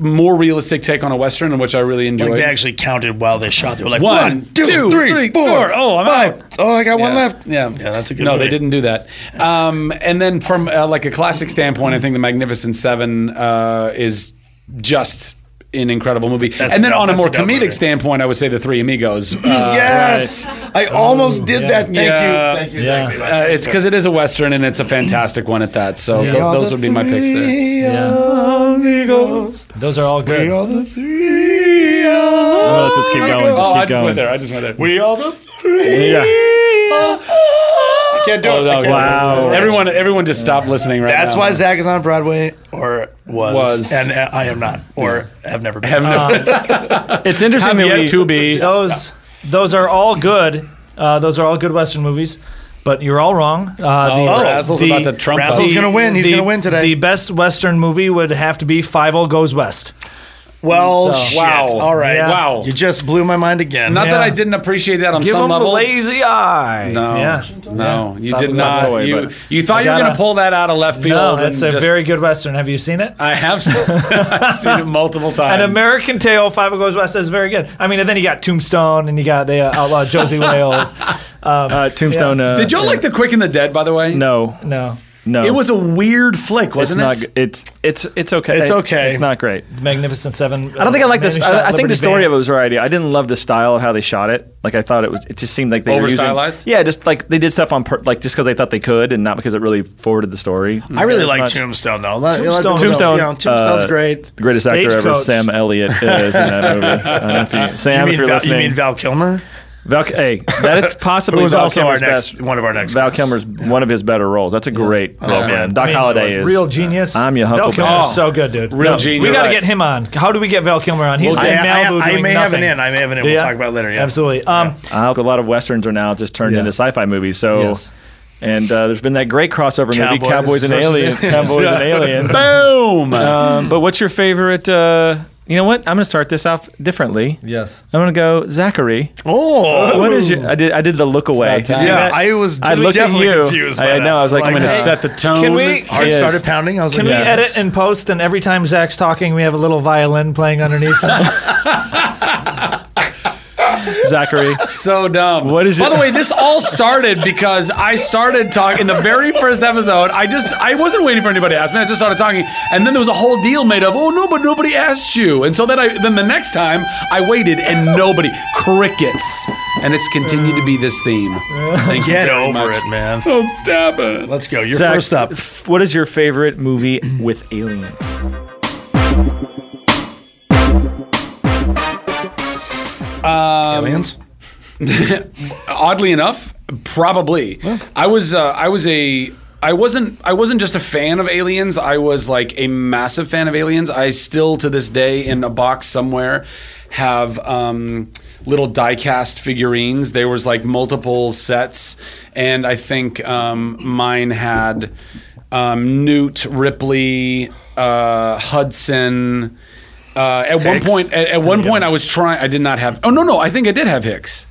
Speaker 4: more realistic take on a western which i really enjoyed
Speaker 6: Like they actually counted while they shot. They were like
Speaker 4: One,
Speaker 6: one, two, three,
Speaker 4: two,
Speaker 6: four,
Speaker 4: three, four. Oh, I'm
Speaker 6: five. Oh, I got one left.
Speaker 4: yeah,
Speaker 6: yeah, that's a good.
Speaker 4: No,
Speaker 6: movie.
Speaker 4: they didn't do that. Um, and then from uh, like a classic standpoint, I think the Magnificent Seven uh, is just an incredible movie.
Speaker 6: That's
Speaker 4: and then
Speaker 6: a dope-
Speaker 4: on a
Speaker 6: that's
Speaker 4: more
Speaker 6: a dope
Speaker 4: comedic
Speaker 6: movie.
Speaker 4: standpoint, I would say The Three Amigos. Uh,
Speaker 6: Yes, I almost did that. Thank
Speaker 4: Yeah.
Speaker 6: you. Thank you.
Speaker 7: Yeah.
Speaker 6: Zachary.
Speaker 4: Uh, it's because it is a western and it's a fantastic one at that. So th- those would be my picks there.
Speaker 7: Yeah. Those are all good.
Speaker 6: We are the three.
Speaker 5: I'm gonna let this keep going. Just
Speaker 4: Oh, I
Speaker 5: keep
Speaker 4: just went
Speaker 5: going.
Speaker 4: there. I just went there.
Speaker 6: We are the three.
Speaker 5: Yeah.
Speaker 6: I can't do
Speaker 4: Oh,
Speaker 6: it.
Speaker 4: that
Speaker 6: I
Speaker 4: was-
Speaker 6: can't.
Speaker 5: Wow.
Speaker 4: Everyone, everyone, just stop listening right
Speaker 6: That's
Speaker 4: now.
Speaker 6: why Zach is on Broadway, or was,
Speaker 4: Was.
Speaker 6: and uh, I am not, or have never been.
Speaker 4: Oh,
Speaker 5: It's interesting
Speaker 4: Have
Speaker 5: that
Speaker 4: yet
Speaker 5: we
Speaker 4: to be.
Speaker 7: Those those are all good. Uh, those are all good Western movies. But you're all wrong. Uh, the,
Speaker 4: Oh, Razzle's about to trump us.
Speaker 6: Razzle's gonna win. He's
Speaker 7: the-
Speaker 6: gonna win today.
Speaker 7: The best Western movie would have to be Five O Goes West.
Speaker 6: Well,
Speaker 7: So-
Speaker 6: shit.
Speaker 4: Wow.
Speaker 6: All right.
Speaker 7: Yeah.
Speaker 4: Wow.
Speaker 6: You just blew my mind again.
Speaker 4: Not that
Speaker 7: Yeah.
Speaker 4: I didn't appreciate that on
Speaker 7: Give
Speaker 4: some
Speaker 7: him
Speaker 4: level.
Speaker 7: the lazy eye.
Speaker 4: No,
Speaker 7: Yeah.
Speaker 4: no, you
Speaker 5: Not
Speaker 4: did
Speaker 5: the
Speaker 4: not.
Speaker 5: toy,
Speaker 4: you
Speaker 5: but-
Speaker 4: you thought
Speaker 7: I
Speaker 4: you were going to
Speaker 7: gotta-
Speaker 4: pull that out of left field.
Speaker 7: No,
Speaker 4: and
Speaker 7: Oh, that's a
Speaker 4: just-
Speaker 7: very good western. Have you seen it?
Speaker 4: I have seen, I've seen it multiple times.
Speaker 7: An American Tale, Five Goes West is very good. I mean, and then you got Tombstone, and you got the uh, outlaw Josie Wales.
Speaker 5: Uh, Tombstone. Uh,
Speaker 4: Did y'all like the Quick and the Dead? By the way,
Speaker 5: No,
Speaker 7: No,
Speaker 5: no.
Speaker 4: It was a weird flick,
Speaker 5: It's
Speaker 4: wasn't it?
Speaker 5: not. g- It's it's it's okay.
Speaker 6: It's okay.
Speaker 5: It's not great.
Speaker 7: The Magnificent Seven. uh,
Speaker 5: I don't think I like this. I, I think the story of it was variety. I didn't love the style of how they shot it. Like I thought it was. It just seemed like they were using-
Speaker 4: Over-stylized?
Speaker 5: Yeah, just like they did stuff on per, like just because they thought they could, and not because it really forwarded the story.
Speaker 6: I really like
Speaker 5: much.
Speaker 6: Tombstone though. Let- let
Speaker 7: Tombstone.
Speaker 6: people know,
Speaker 5: Tombstone.
Speaker 6: You know, Tombstone's
Speaker 5: uh,
Speaker 6: great.
Speaker 5: The greatest actor ever,
Speaker 7: Stagecoach.
Speaker 5: Sam Elliott, is in that movie. I don't know if you-
Speaker 6: You
Speaker 5: Sam,
Speaker 6: mean,
Speaker 5: if you're
Speaker 6: Val, you
Speaker 5: listening,
Speaker 6: mean Val Kilmer?
Speaker 5: Val, hey, that is possibly
Speaker 6: Who was
Speaker 5: Val
Speaker 6: also
Speaker 5: Kilmer's
Speaker 6: our next
Speaker 5: best-
Speaker 6: one of our next
Speaker 5: Val
Speaker 6: guests. Oh,
Speaker 5: Kilmer's one of his better roles. That's a great role for
Speaker 6: man.
Speaker 5: him. Doc
Speaker 6: I mean,
Speaker 5: Holliday is
Speaker 7: Real genius.
Speaker 5: I'm your
Speaker 7: Val
Speaker 5: Huckleberry.
Speaker 7: Kilmer's
Speaker 4: Oh.
Speaker 7: so good, dude.
Speaker 4: Real genius.
Speaker 7: We got to
Speaker 4: Right.
Speaker 7: get him on. How do we get Val Kilmer on? He's
Speaker 6: I,
Speaker 7: in Malibu
Speaker 6: I, I
Speaker 7: doing
Speaker 6: may have an
Speaker 7: nothing.
Speaker 6: in. I may have an in.
Speaker 7: Do
Speaker 6: We'll
Speaker 7: ya?
Speaker 6: talk about it later. Yeah.
Speaker 7: Absolutely. Um,
Speaker 5: I think a lot of westerns are now just turned
Speaker 7: Yeah.
Speaker 5: into sci-fi movies. So,
Speaker 7: Yes.
Speaker 5: and uh, there's been that great crossover movie,
Speaker 6: Cowboys
Speaker 5: Cowboys and
Speaker 6: versus
Speaker 5: Aliens.
Speaker 6: Aliens.
Speaker 5: Cowboys and Aliens.
Speaker 4: Boom.
Speaker 5: Um, but what's your favorite? Uh, you know what? I'm going to start this off differently.
Speaker 7: Yes.
Speaker 5: I'm going to go Zachary.
Speaker 6: Oh.
Speaker 5: What is your? I did. I did the look away. Did you see
Speaker 6: Yeah,
Speaker 5: that?
Speaker 6: I was
Speaker 5: I looked at
Speaker 6: definitely
Speaker 5: you.
Speaker 6: confused.
Speaker 5: I know. I
Speaker 6: by that.
Speaker 5: was like, I'm going to
Speaker 6: uh,
Speaker 4: set the tone.
Speaker 7: Can we-
Speaker 6: Heart
Speaker 5: Yes.
Speaker 6: started pounding. I was like,
Speaker 7: Can we
Speaker 5: Yeah.
Speaker 7: edit and post, and every time Zach's talking, we have a little violin playing underneath?
Speaker 5: Zachary.
Speaker 4: So dumb.
Speaker 5: What is
Speaker 4: By
Speaker 5: it-
Speaker 4: the way, this all started because I started talking in the very first episode. I just I wasn't waiting for anybody to ask me. I just started talking, and then there was a whole deal made of oh no, but nobody asked you. And so then I then the next time I waited and nobody crickets, and it's continued to be this theme. Thank you.
Speaker 6: Get
Speaker 4: very
Speaker 6: over
Speaker 4: much.
Speaker 6: it, man.
Speaker 4: Oh, stop it.
Speaker 6: Let's go. You're
Speaker 5: Zach,
Speaker 6: first up.
Speaker 5: f- What is your favorite movie with aliens?
Speaker 6: Aliens.
Speaker 4: oddly enough, probably. I was uh, I was a I wasn't I wasn't just a fan of aliens. I was like a massive fan of aliens. I still to this day in a box somewhere have um, little diecast figurines. There was like multiple sets, and I think um, mine had um, Newt Ripley, uh, Hudson. Uh, at one
Speaker 5: Hicks.
Speaker 4: point, at, at one point, I was trying. I did not have. Oh no, no, I think I did have Hicks.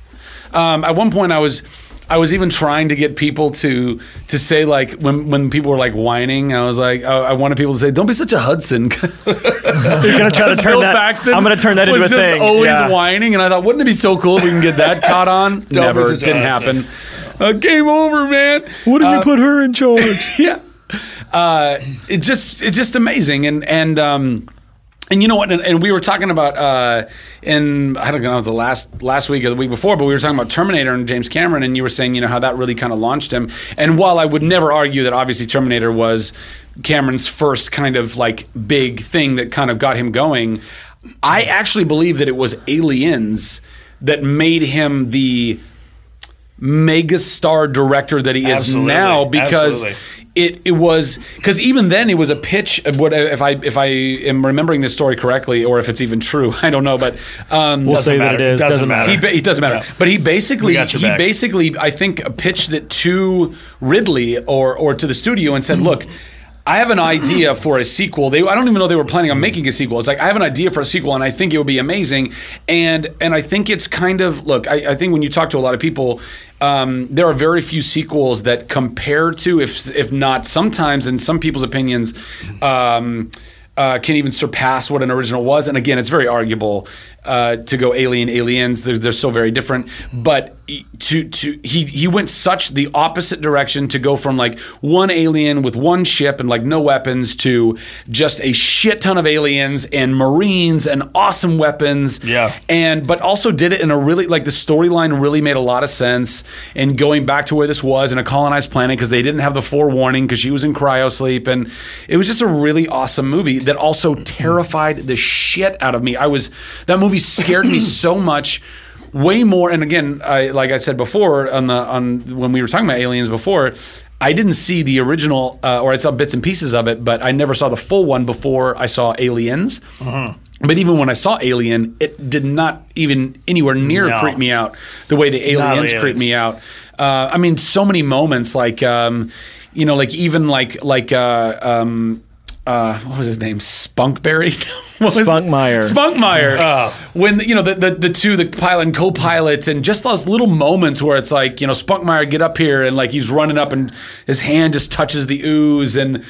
Speaker 4: Um, at one point, I was, I was even trying to get people to to say like when when people were like whining, I was like, I, I wanted people to say, "Don't be such a Hudson."
Speaker 5: You're going to try to
Speaker 4: Bill Paxton.
Speaker 5: I'm going to turn that into
Speaker 4: was
Speaker 5: a
Speaker 4: just
Speaker 5: thing.
Speaker 4: Always
Speaker 5: Yeah.
Speaker 4: whining, and I thought, wouldn't it be so cool if we can get that caught on? Never,
Speaker 6: such a
Speaker 4: didn't
Speaker 6: Hudson.
Speaker 4: happen. Uh, game over, man.
Speaker 5: What did you put her in charge?
Speaker 4: yeah. Uh, it just it's just amazing and and um and you know what and, and we were talking about uh in I don't know the last last week or the week before but we were talking about Terminator and James Cameron and you were saying you know how that really kind of launched him and while I would never argue that obviously Terminator was Cameron's first kind of like big thing that kind of got him going I actually believe that it was Aliens that made him the megastar director that he is
Speaker 6: Absolutely.
Speaker 4: now because
Speaker 6: Absolutely.
Speaker 4: it it was because even then it was a pitch of what if I if I am remembering this story correctly or if it's even true I don't know but um,
Speaker 5: We'll
Speaker 6: Doesn't
Speaker 5: say
Speaker 6: matter.
Speaker 5: that it is.
Speaker 6: Doesn't matter.
Speaker 4: he ba- it doesn't matter
Speaker 6: Yeah.
Speaker 4: but he
Speaker 6: We
Speaker 4: basically
Speaker 6: got
Speaker 4: he
Speaker 6: your back.
Speaker 4: basically I think pitched it to Ridley or or to the studio and said look. I have an idea for a sequel. They, I don't even know they were planning on making a sequel. It's like I have an idea for a sequel, and I think it would be amazing. And and I think it's kind of look. I, I think when you talk to a lot of people, um, there are very few sequels that compare to, if if not sometimes in some people's opinions, um, uh, can even surpass what an original was. And again, it's very arguable uh, to go Alien Aliens. They're, they're so very different. But e- to to he he went such the opposite direction to go from like one alien with one ship and like no weapons to just a shit ton of aliens and marines and awesome weapons.
Speaker 6: Yeah.
Speaker 4: And but also did it in a really like the storyline really made a lot of sense. And going back to where this was in a colonized planet because they didn't have the forewarning because she was in cryo sleep and it was just a really awesome movie that also terrified the shit out of me. I was that movie scared me so much. Way more, and again, I, like I said before, on the on when we were talking about aliens before, I didn't see the original, uh, or I saw bits and pieces of it, but I never saw the full one before I saw Aliens.
Speaker 6: Mm-hmm.
Speaker 4: But even when I saw Alien, it did not even anywhere near
Speaker 6: No.
Speaker 4: creep me out the way the
Speaker 6: the
Speaker 4: aliens creep
Speaker 6: aliens.
Speaker 4: me out. Uh, I mean, so many moments like, um, you know, like even like like uh, um, uh, what was his name? Spunkberry? What was-
Speaker 5: Spunkmeyer.
Speaker 4: Spunkmeyer. When, you know, the, the, the two, the pilot and co pilots, and just those little moments where it's like, you know, Spunkmeyer get up here and like he's running up and his hand just touches the ooze and.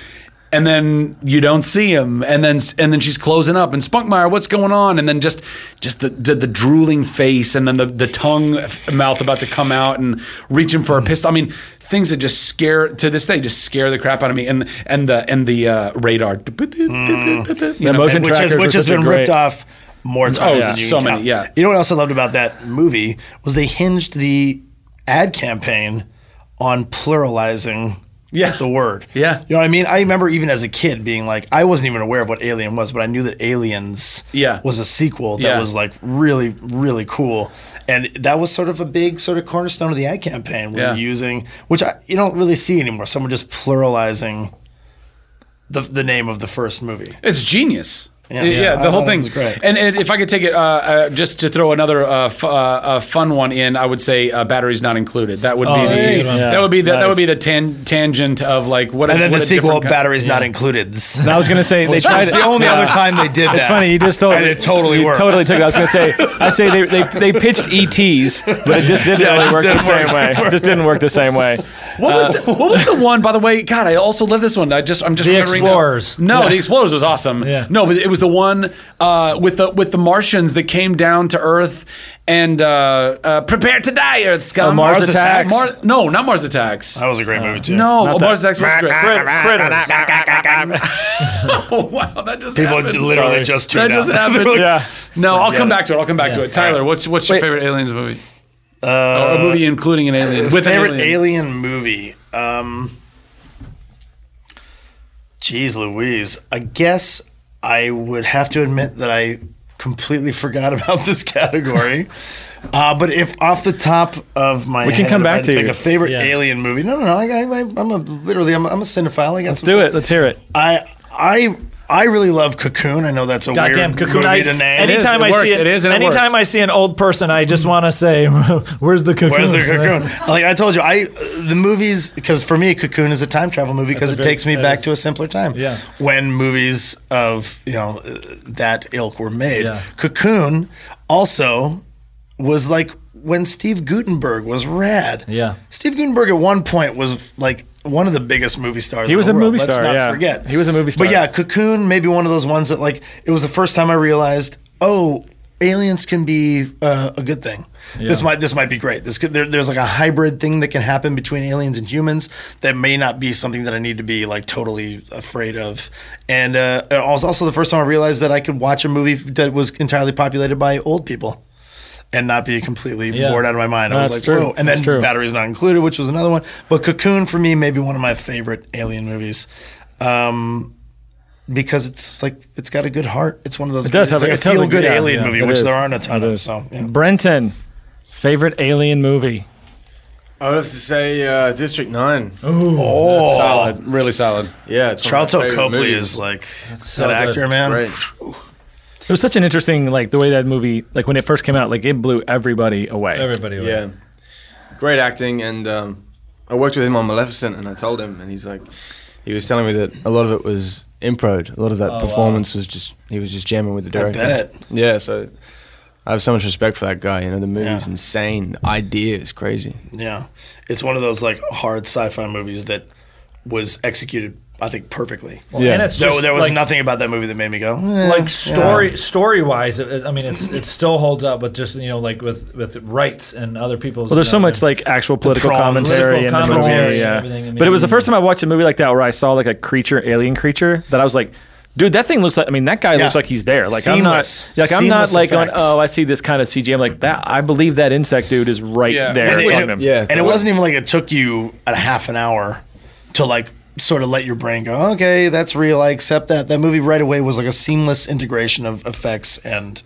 Speaker 4: And then you don't see him, and then and then she's closing up, and Spunkmeyer, what's going on? And then just just the the, the drooling face, and then the, the tongue uh, mouth about to come out, and reaching for a pistol. I mean, things that just scare to this day just scare the crap out of me, and and the and the uh, radar. You
Speaker 5: The
Speaker 4: know,
Speaker 5: motion
Speaker 6: which
Speaker 5: trackers
Speaker 6: has,
Speaker 5: were
Speaker 6: which has
Speaker 5: such a
Speaker 6: been
Speaker 5: great-
Speaker 6: ripped off more times.
Speaker 4: Oh, yeah.
Speaker 6: than you
Speaker 4: so
Speaker 6: can
Speaker 4: many,
Speaker 6: count.
Speaker 4: yeah.
Speaker 6: You know what else I loved about that movie was they hinged the ad campaign on pluralizing.
Speaker 4: Yeah.
Speaker 6: The word.
Speaker 4: Yeah.
Speaker 6: You know what I mean? I remember even as a kid being like, I wasn't even aware of what Alien was, but I knew that Aliens
Speaker 4: Yeah.
Speaker 6: was a sequel that
Speaker 4: Yeah.
Speaker 6: was like really, really cool. And that was sort of a big sort of cornerstone of the ad campaign was
Speaker 4: Yeah.
Speaker 6: using, which I, you don't really see anymore, someone just pluralizing the, the name of the first movie.
Speaker 4: It's genius. Yeah,
Speaker 6: Yeah. Yeah,
Speaker 4: the whole
Speaker 6: I thought it
Speaker 4: thing's
Speaker 6: was great.
Speaker 4: And, and if I could take it, uh, uh, just to throw another uh, f- uh, uh, fun one in, I would say uh, batteries not included. That would be
Speaker 7: Oh, that's
Speaker 4: the,
Speaker 7: a good one.
Speaker 4: that would be the, that
Speaker 5: Nice.
Speaker 4: would be the tan- tangent of like what. a-
Speaker 6: And then
Speaker 4: what
Speaker 6: the
Speaker 4: a
Speaker 6: sequel,
Speaker 4: different kind-
Speaker 6: Batteries Not Included.
Speaker 5: And I was gonna say they tried
Speaker 6: That's the only
Speaker 5: Yeah.
Speaker 6: other time they did that.
Speaker 5: It's funny you just told
Speaker 6: and it totally
Speaker 5: you
Speaker 6: worked.
Speaker 5: Totally took it. I was gonna say I say they, they, they pitched ETs, but it just didn't
Speaker 6: Yeah, it
Speaker 5: really
Speaker 6: just
Speaker 5: work
Speaker 6: didn't
Speaker 5: the same way. It just didn't work the same way.
Speaker 4: What was what was the one? By the way, God, I also love this one. I just I'm just
Speaker 7: The
Speaker 4: remembering now.
Speaker 7: Explorers.
Speaker 4: No, the Explorers was awesome.
Speaker 7: Yeah.
Speaker 4: No, but it was the one uh, with the with the Martians that came down to Earth and uh, uh, prepare to die, Earth scum.
Speaker 5: Oh, Mars Attacks.
Speaker 4: Mar- no, not Mars Attacks.
Speaker 6: That was a
Speaker 5: Uh,
Speaker 6: great movie too.
Speaker 4: no,
Speaker 5: Not
Speaker 4: Mars
Speaker 5: that.
Speaker 4: Attacks was great.
Speaker 7: Critters.
Speaker 4: Oh wow, that just
Speaker 6: people
Speaker 4: happened.
Speaker 6: literally just
Speaker 4: that
Speaker 6: tuned
Speaker 4: just
Speaker 6: out.
Speaker 4: happened.
Speaker 5: Yeah.
Speaker 4: No, I'll
Speaker 6: Forget
Speaker 4: come
Speaker 6: it.
Speaker 4: back to it. I'll come back to it. Tyler, what's what's your
Speaker 5: Wait.
Speaker 4: favorite aliens movie? Uh, or a movie including an alien with
Speaker 6: Favorite
Speaker 4: an
Speaker 6: alien.
Speaker 4: alien.
Speaker 6: movie. Um, geez, Louise. I guess I would have to admit that I completely forgot about this category. Uh, but if off the top of my
Speaker 5: We can
Speaker 6: head,
Speaker 5: come
Speaker 6: if I
Speaker 5: back
Speaker 6: had
Speaker 5: to
Speaker 6: pick
Speaker 5: you.
Speaker 6: a favorite
Speaker 7: Yeah.
Speaker 6: alien movie. No, no, no. I, I, I'm a literally. I'm a, I'm a cinephile. I got
Speaker 5: Let's do it. Let's hear it.
Speaker 6: I I I really love Cocoon. I know that's a
Speaker 7: Goddamn
Speaker 6: weird
Speaker 7: cocoon!
Speaker 6: movie
Speaker 7: I,
Speaker 6: to name.
Speaker 7: anytime
Speaker 4: It
Speaker 7: I
Speaker 4: works.
Speaker 7: see it,
Speaker 4: It is and it
Speaker 7: anytime
Speaker 4: works.
Speaker 7: I see an old person, I just want to say, "Where's the cocoon?
Speaker 6: Where's the cocoon? like I told you, I the movies because for me, Cocoon is a time travel movie because
Speaker 7: a
Speaker 6: it
Speaker 7: very-
Speaker 6: takes me
Speaker 7: that
Speaker 6: back
Speaker 7: is-
Speaker 6: to a simpler time.
Speaker 7: Yeah.
Speaker 6: when movies of you know uh, that ilk were made,
Speaker 7: Yeah.
Speaker 6: Cocoon also was like when Steve Gutenberg was rad.
Speaker 7: Yeah.
Speaker 6: Steve Gutenberg at one point was like one of the biggest movie stars.
Speaker 5: He was
Speaker 6: in
Speaker 5: a
Speaker 6: the world.
Speaker 5: movie
Speaker 6: Let's
Speaker 5: star,
Speaker 6: Not
Speaker 5: yeah.
Speaker 6: forget
Speaker 5: He was a movie star.
Speaker 6: But yeah, Cocoon maybe one of those ones that like it was the first time I realized oh aliens can be uh, a good thing. This might this might be great. This could, there, there's like a hybrid thing that can happen between aliens and humans that may not be something that I need to be like totally afraid of. And uh, it was also the first time I realized that I could watch a movie that was entirely populated by old people. And not be completely
Speaker 7: Yeah.
Speaker 6: bored out of my mind. I was
Speaker 5: That's
Speaker 6: like,
Speaker 5: true.
Speaker 6: whoa. And
Speaker 5: That's
Speaker 6: then
Speaker 5: true.
Speaker 6: Batteries Not Included, which was another one. But Cocoon, for me, maybe one of my favorite alien movies. Um, because it's like it's got a good heart. It's one of those. It
Speaker 5: does have a-
Speaker 6: like
Speaker 5: it tells a
Speaker 6: feel good
Speaker 5: good- yeah,
Speaker 6: alien
Speaker 5: yeah,
Speaker 6: movie,
Speaker 5: it
Speaker 6: which
Speaker 5: is.
Speaker 6: there aren't a ton
Speaker 5: It
Speaker 6: of.
Speaker 5: is. Mm-hmm.
Speaker 6: So yeah.
Speaker 5: Brenton, favorite alien movie.
Speaker 8: I would have to say uh, District 9.
Speaker 6: oh,
Speaker 4: Solid, really solid.
Speaker 8: Yeah, it's one of my
Speaker 6: Charlton
Speaker 8: favorite
Speaker 6: Copley
Speaker 8: movies.
Speaker 6: is like that
Speaker 7: so
Speaker 6: actor,
Speaker 7: good.
Speaker 6: man.
Speaker 8: Great.
Speaker 5: It was such an interesting like the way that movie like when it first came out like it blew everybody away.
Speaker 7: Everybody, would.
Speaker 8: Yeah, great acting, and um, I worked with him on Maleficent, and I told him, and he's like, he was telling me that a lot of it was improv. A lot of that performance was just he was just jamming with the
Speaker 6: I
Speaker 8: director.
Speaker 6: bet.
Speaker 8: Yeah, so I have so much respect for that guy. You know, the movie's
Speaker 6: Yeah.
Speaker 8: insane. The idea is crazy.
Speaker 6: Yeah, it's one of those like hard sci-fi movies that was executed, I think, perfectly.
Speaker 5: Yeah.
Speaker 7: and it's
Speaker 6: There-
Speaker 7: just
Speaker 6: there was
Speaker 7: like,
Speaker 6: nothing about that movie that made me go. eh.
Speaker 7: like story story wise. I mean, it's it still holds up with just you know like with with rights and other people's.
Speaker 5: Well, there's so much like actual political
Speaker 6: prawns.
Speaker 5: commentary in
Speaker 7: Political
Speaker 5: the
Speaker 7: commentary
Speaker 5: movie,
Speaker 7: and
Speaker 5: yeah.
Speaker 7: everything, I
Speaker 5: but it was the
Speaker 7: mean-
Speaker 5: first time I watched a movie like that where I saw like a creature, alien creature, that I was like, dude, that thing looks like. I mean, that guy
Speaker 6: Yeah.
Speaker 5: looks like he's there. Like
Speaker 6: Seamless.
Speaker 5: I'm not, like I'm not
Speaker 6: Seamless
Speaker 5: like going,
Speaker 6: effects.
Speaker 5: oh, I see this kind of CG. I'm like that. I believe that insect dude is right
Speaker 4: Yeah.
Speaker 5: there.
Speaker 6: And
Speaker 5: in
Speaker 6: it-
Speaker 5: him.
Speaker 8: yeah.
Speaker 6: and it wasn't even like it took you a half an hour to like sort of let your brain go okay that's real i accept that that movie right away was like a seamless integration of effects and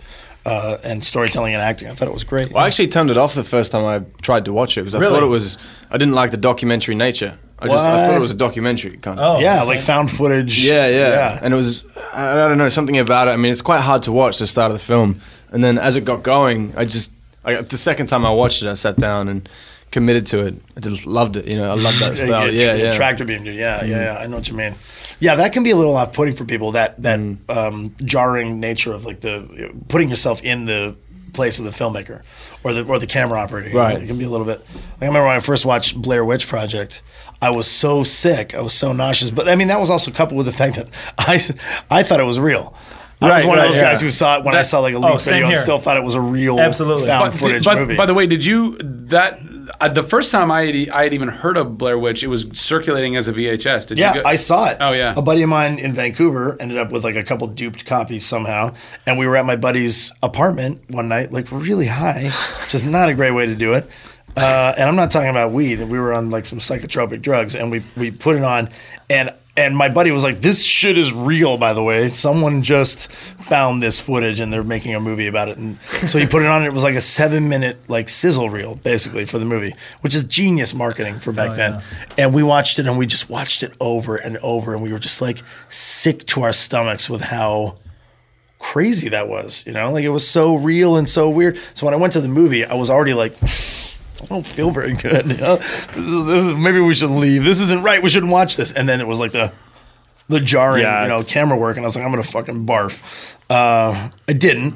Speaker 6: uh, and storytelling and acting i thought it was great
Speaker 8: Well, I actually turned it off the first time I tried to watch it because I
Speaker 7: Really?
Speaker 8: thought it was I didn't like the documentary nature. I just I thought
Speaker 6: What?
Speaker 8: it was a documentary kind of.
Speaker 7: Oh,
Speaker 6: yeah like found footage
Speaker 8: Yeah, yeah, And it was, I I don't know, something about it. I mean, it's quite hard to watch the start of the film. And then as it got going, I just, I, the second time I watched it, I sat down and committed to it. I just loved it. You know, I loved that style. Yeah, yeah.
Speaker 6: Tractor beam, dude. Yeah, yeah, yeah. I know what you mean. Yeah, that can be a little off-putting for people. That that um, jarring nature of like the putting yourself in the place of the filmmaker or the or the camera operator. you know,
Speaker 8: Right.
Speaker 6: it can be a little bit. Like I remember when I first watched Blair Witch Project. I was so sick. I was so nauseous. But I mean, that was also coupled with the fact that I, s- I thought it was real. I was
Speaker 5: Right,
Speaker 6: one
Speaker 5: right,
Speaker 6: of those
Speaker 5: yeah.
Speaker 6: guys who saw it when I
Speaker 4: That-
Speaker 6: saw like a
Speaker 7: oh,
Speaker 6: leak
Speaker 7: same
Speaker 6: video and
Speaker 7: here.
Speaker 6: still thought it was a real
Speaker 7: Absolutely.
Speaker 6: found
Speaker 4: But-
Speaker 6: footage
Speaker 4: but-
Speaker 6: movie.
Speaker 4: By the way, did you that uh, the first time I had, I had even heard of Blair Witch, it was circulating as a VHS. Did
Speaker 6: Yeah,
Speaker 4: you? go-
Speaker 6: I saw it.
Speaker 4: Oh, yeah.
Speaker 6: a buddy of mine in Vancouver ended up with like a couple duped copies somehow, and we were at my buddy's apartment one night, like really high, which is not a great way to do it. Uh, and I'm not talking about weed. We were on like some psychotropic drugs, and we we put it on, and and my buddy was like, "This shit is real, by the way. Someone just found this footage, and they're making a movie about it." And so he put it on, and it was like a seven minute like sizzle reel, basically for the movie, which is genius marketing for back then. And we watched it, and we just watched it over and over, and we were just like sick to our stomachs with how crazy that was. You know, like it was so real and so weird. So when I went to the movie, I was already like. I don't feel very good. You know? this is, this is, maybe we should leave. This isn't right. We shouldn't watch this. And then it was like the the jarring,
Speaker 5: Yeah,
Speaker 6: you know,
Speaker 5: it's-
Speaker 6: camera work, and I was like, I'm gonna fucking barf. Uh, I didn't.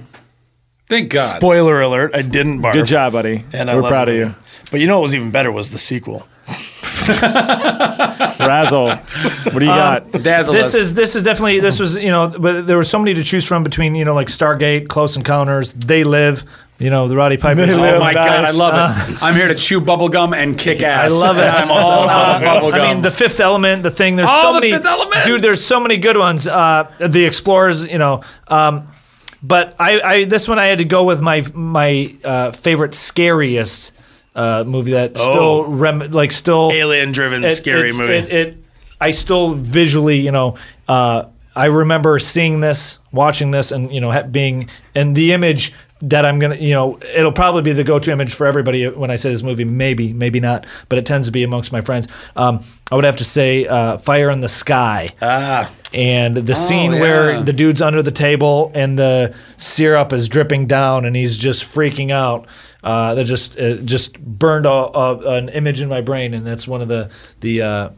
Speaker 4: Thank God.
Speaker 6: Spoiler alert! I didn't barf.
Speaker 5: Good job, buddy.
Speaker 6: And I
Speaker 5: We're
Speaker 6: love
Speaker 5: proud
Speaker 6: the
Speaker 5: of you.
Speaker 6: movie. But you know what was even better was the sequel.
Speaker 5: Razzle, what do you got?
Speaker 4: Dazzle
Speaker 7: this
Speaker 4: us.
Speaker 7: is this is definitely this was you know but there was so many to choose from between you know like Stargate, Close Encounters, They Live, you know the Roddy Piper.
Speaker 4: Oh my God, I love it. I'm here to chew bubble gum and kick ass.
Speaker 7: I love it.
Speaker 4: I'm all out of
Speaker 7: Uh,
Speaker 4: bubble gum.
Speaker 7: I mean, The Fifth Element, the thing. There's
Speaker 4: All
Speaker 7: so
Speaker 4: the
Speaker 7: many,
Speaker 4: Fifth Elements!
Speaker 7: dude. There's so many good ones. Uh, the Explorers, you know. Um, but I, I, this one I had to go with my my uh, favorite scariest uh, movie that
Speaker 6: Oh.
Speaker 7: still rem- like still
Speaker 6: Alien driven
Speaker 7: it-
Speaker 6: scary
Speaker 7: it's-
Speaker 6: movie.
Speaker 7: It, it, I still visually, you know, uh, I remember seeing this, watching this, and you know, ha- being and the image that I'm gonna, you know, it'll probably be the go-to image for everybody when I say this movie. Maybe, maybe not, but it tends to be amongst my friends. Um, I would have to say, uh, "Fire in the Sky."
Speaker 6: ah,
Speaker 7: and the scene
Speaker 4: Oh, yeah.
Speaker 7: where the dude's under the table and the syrup is dripping down and he's just freaking out. Uh, that just uh, just burned a, a, an image in my brain, and that's one of the the uh,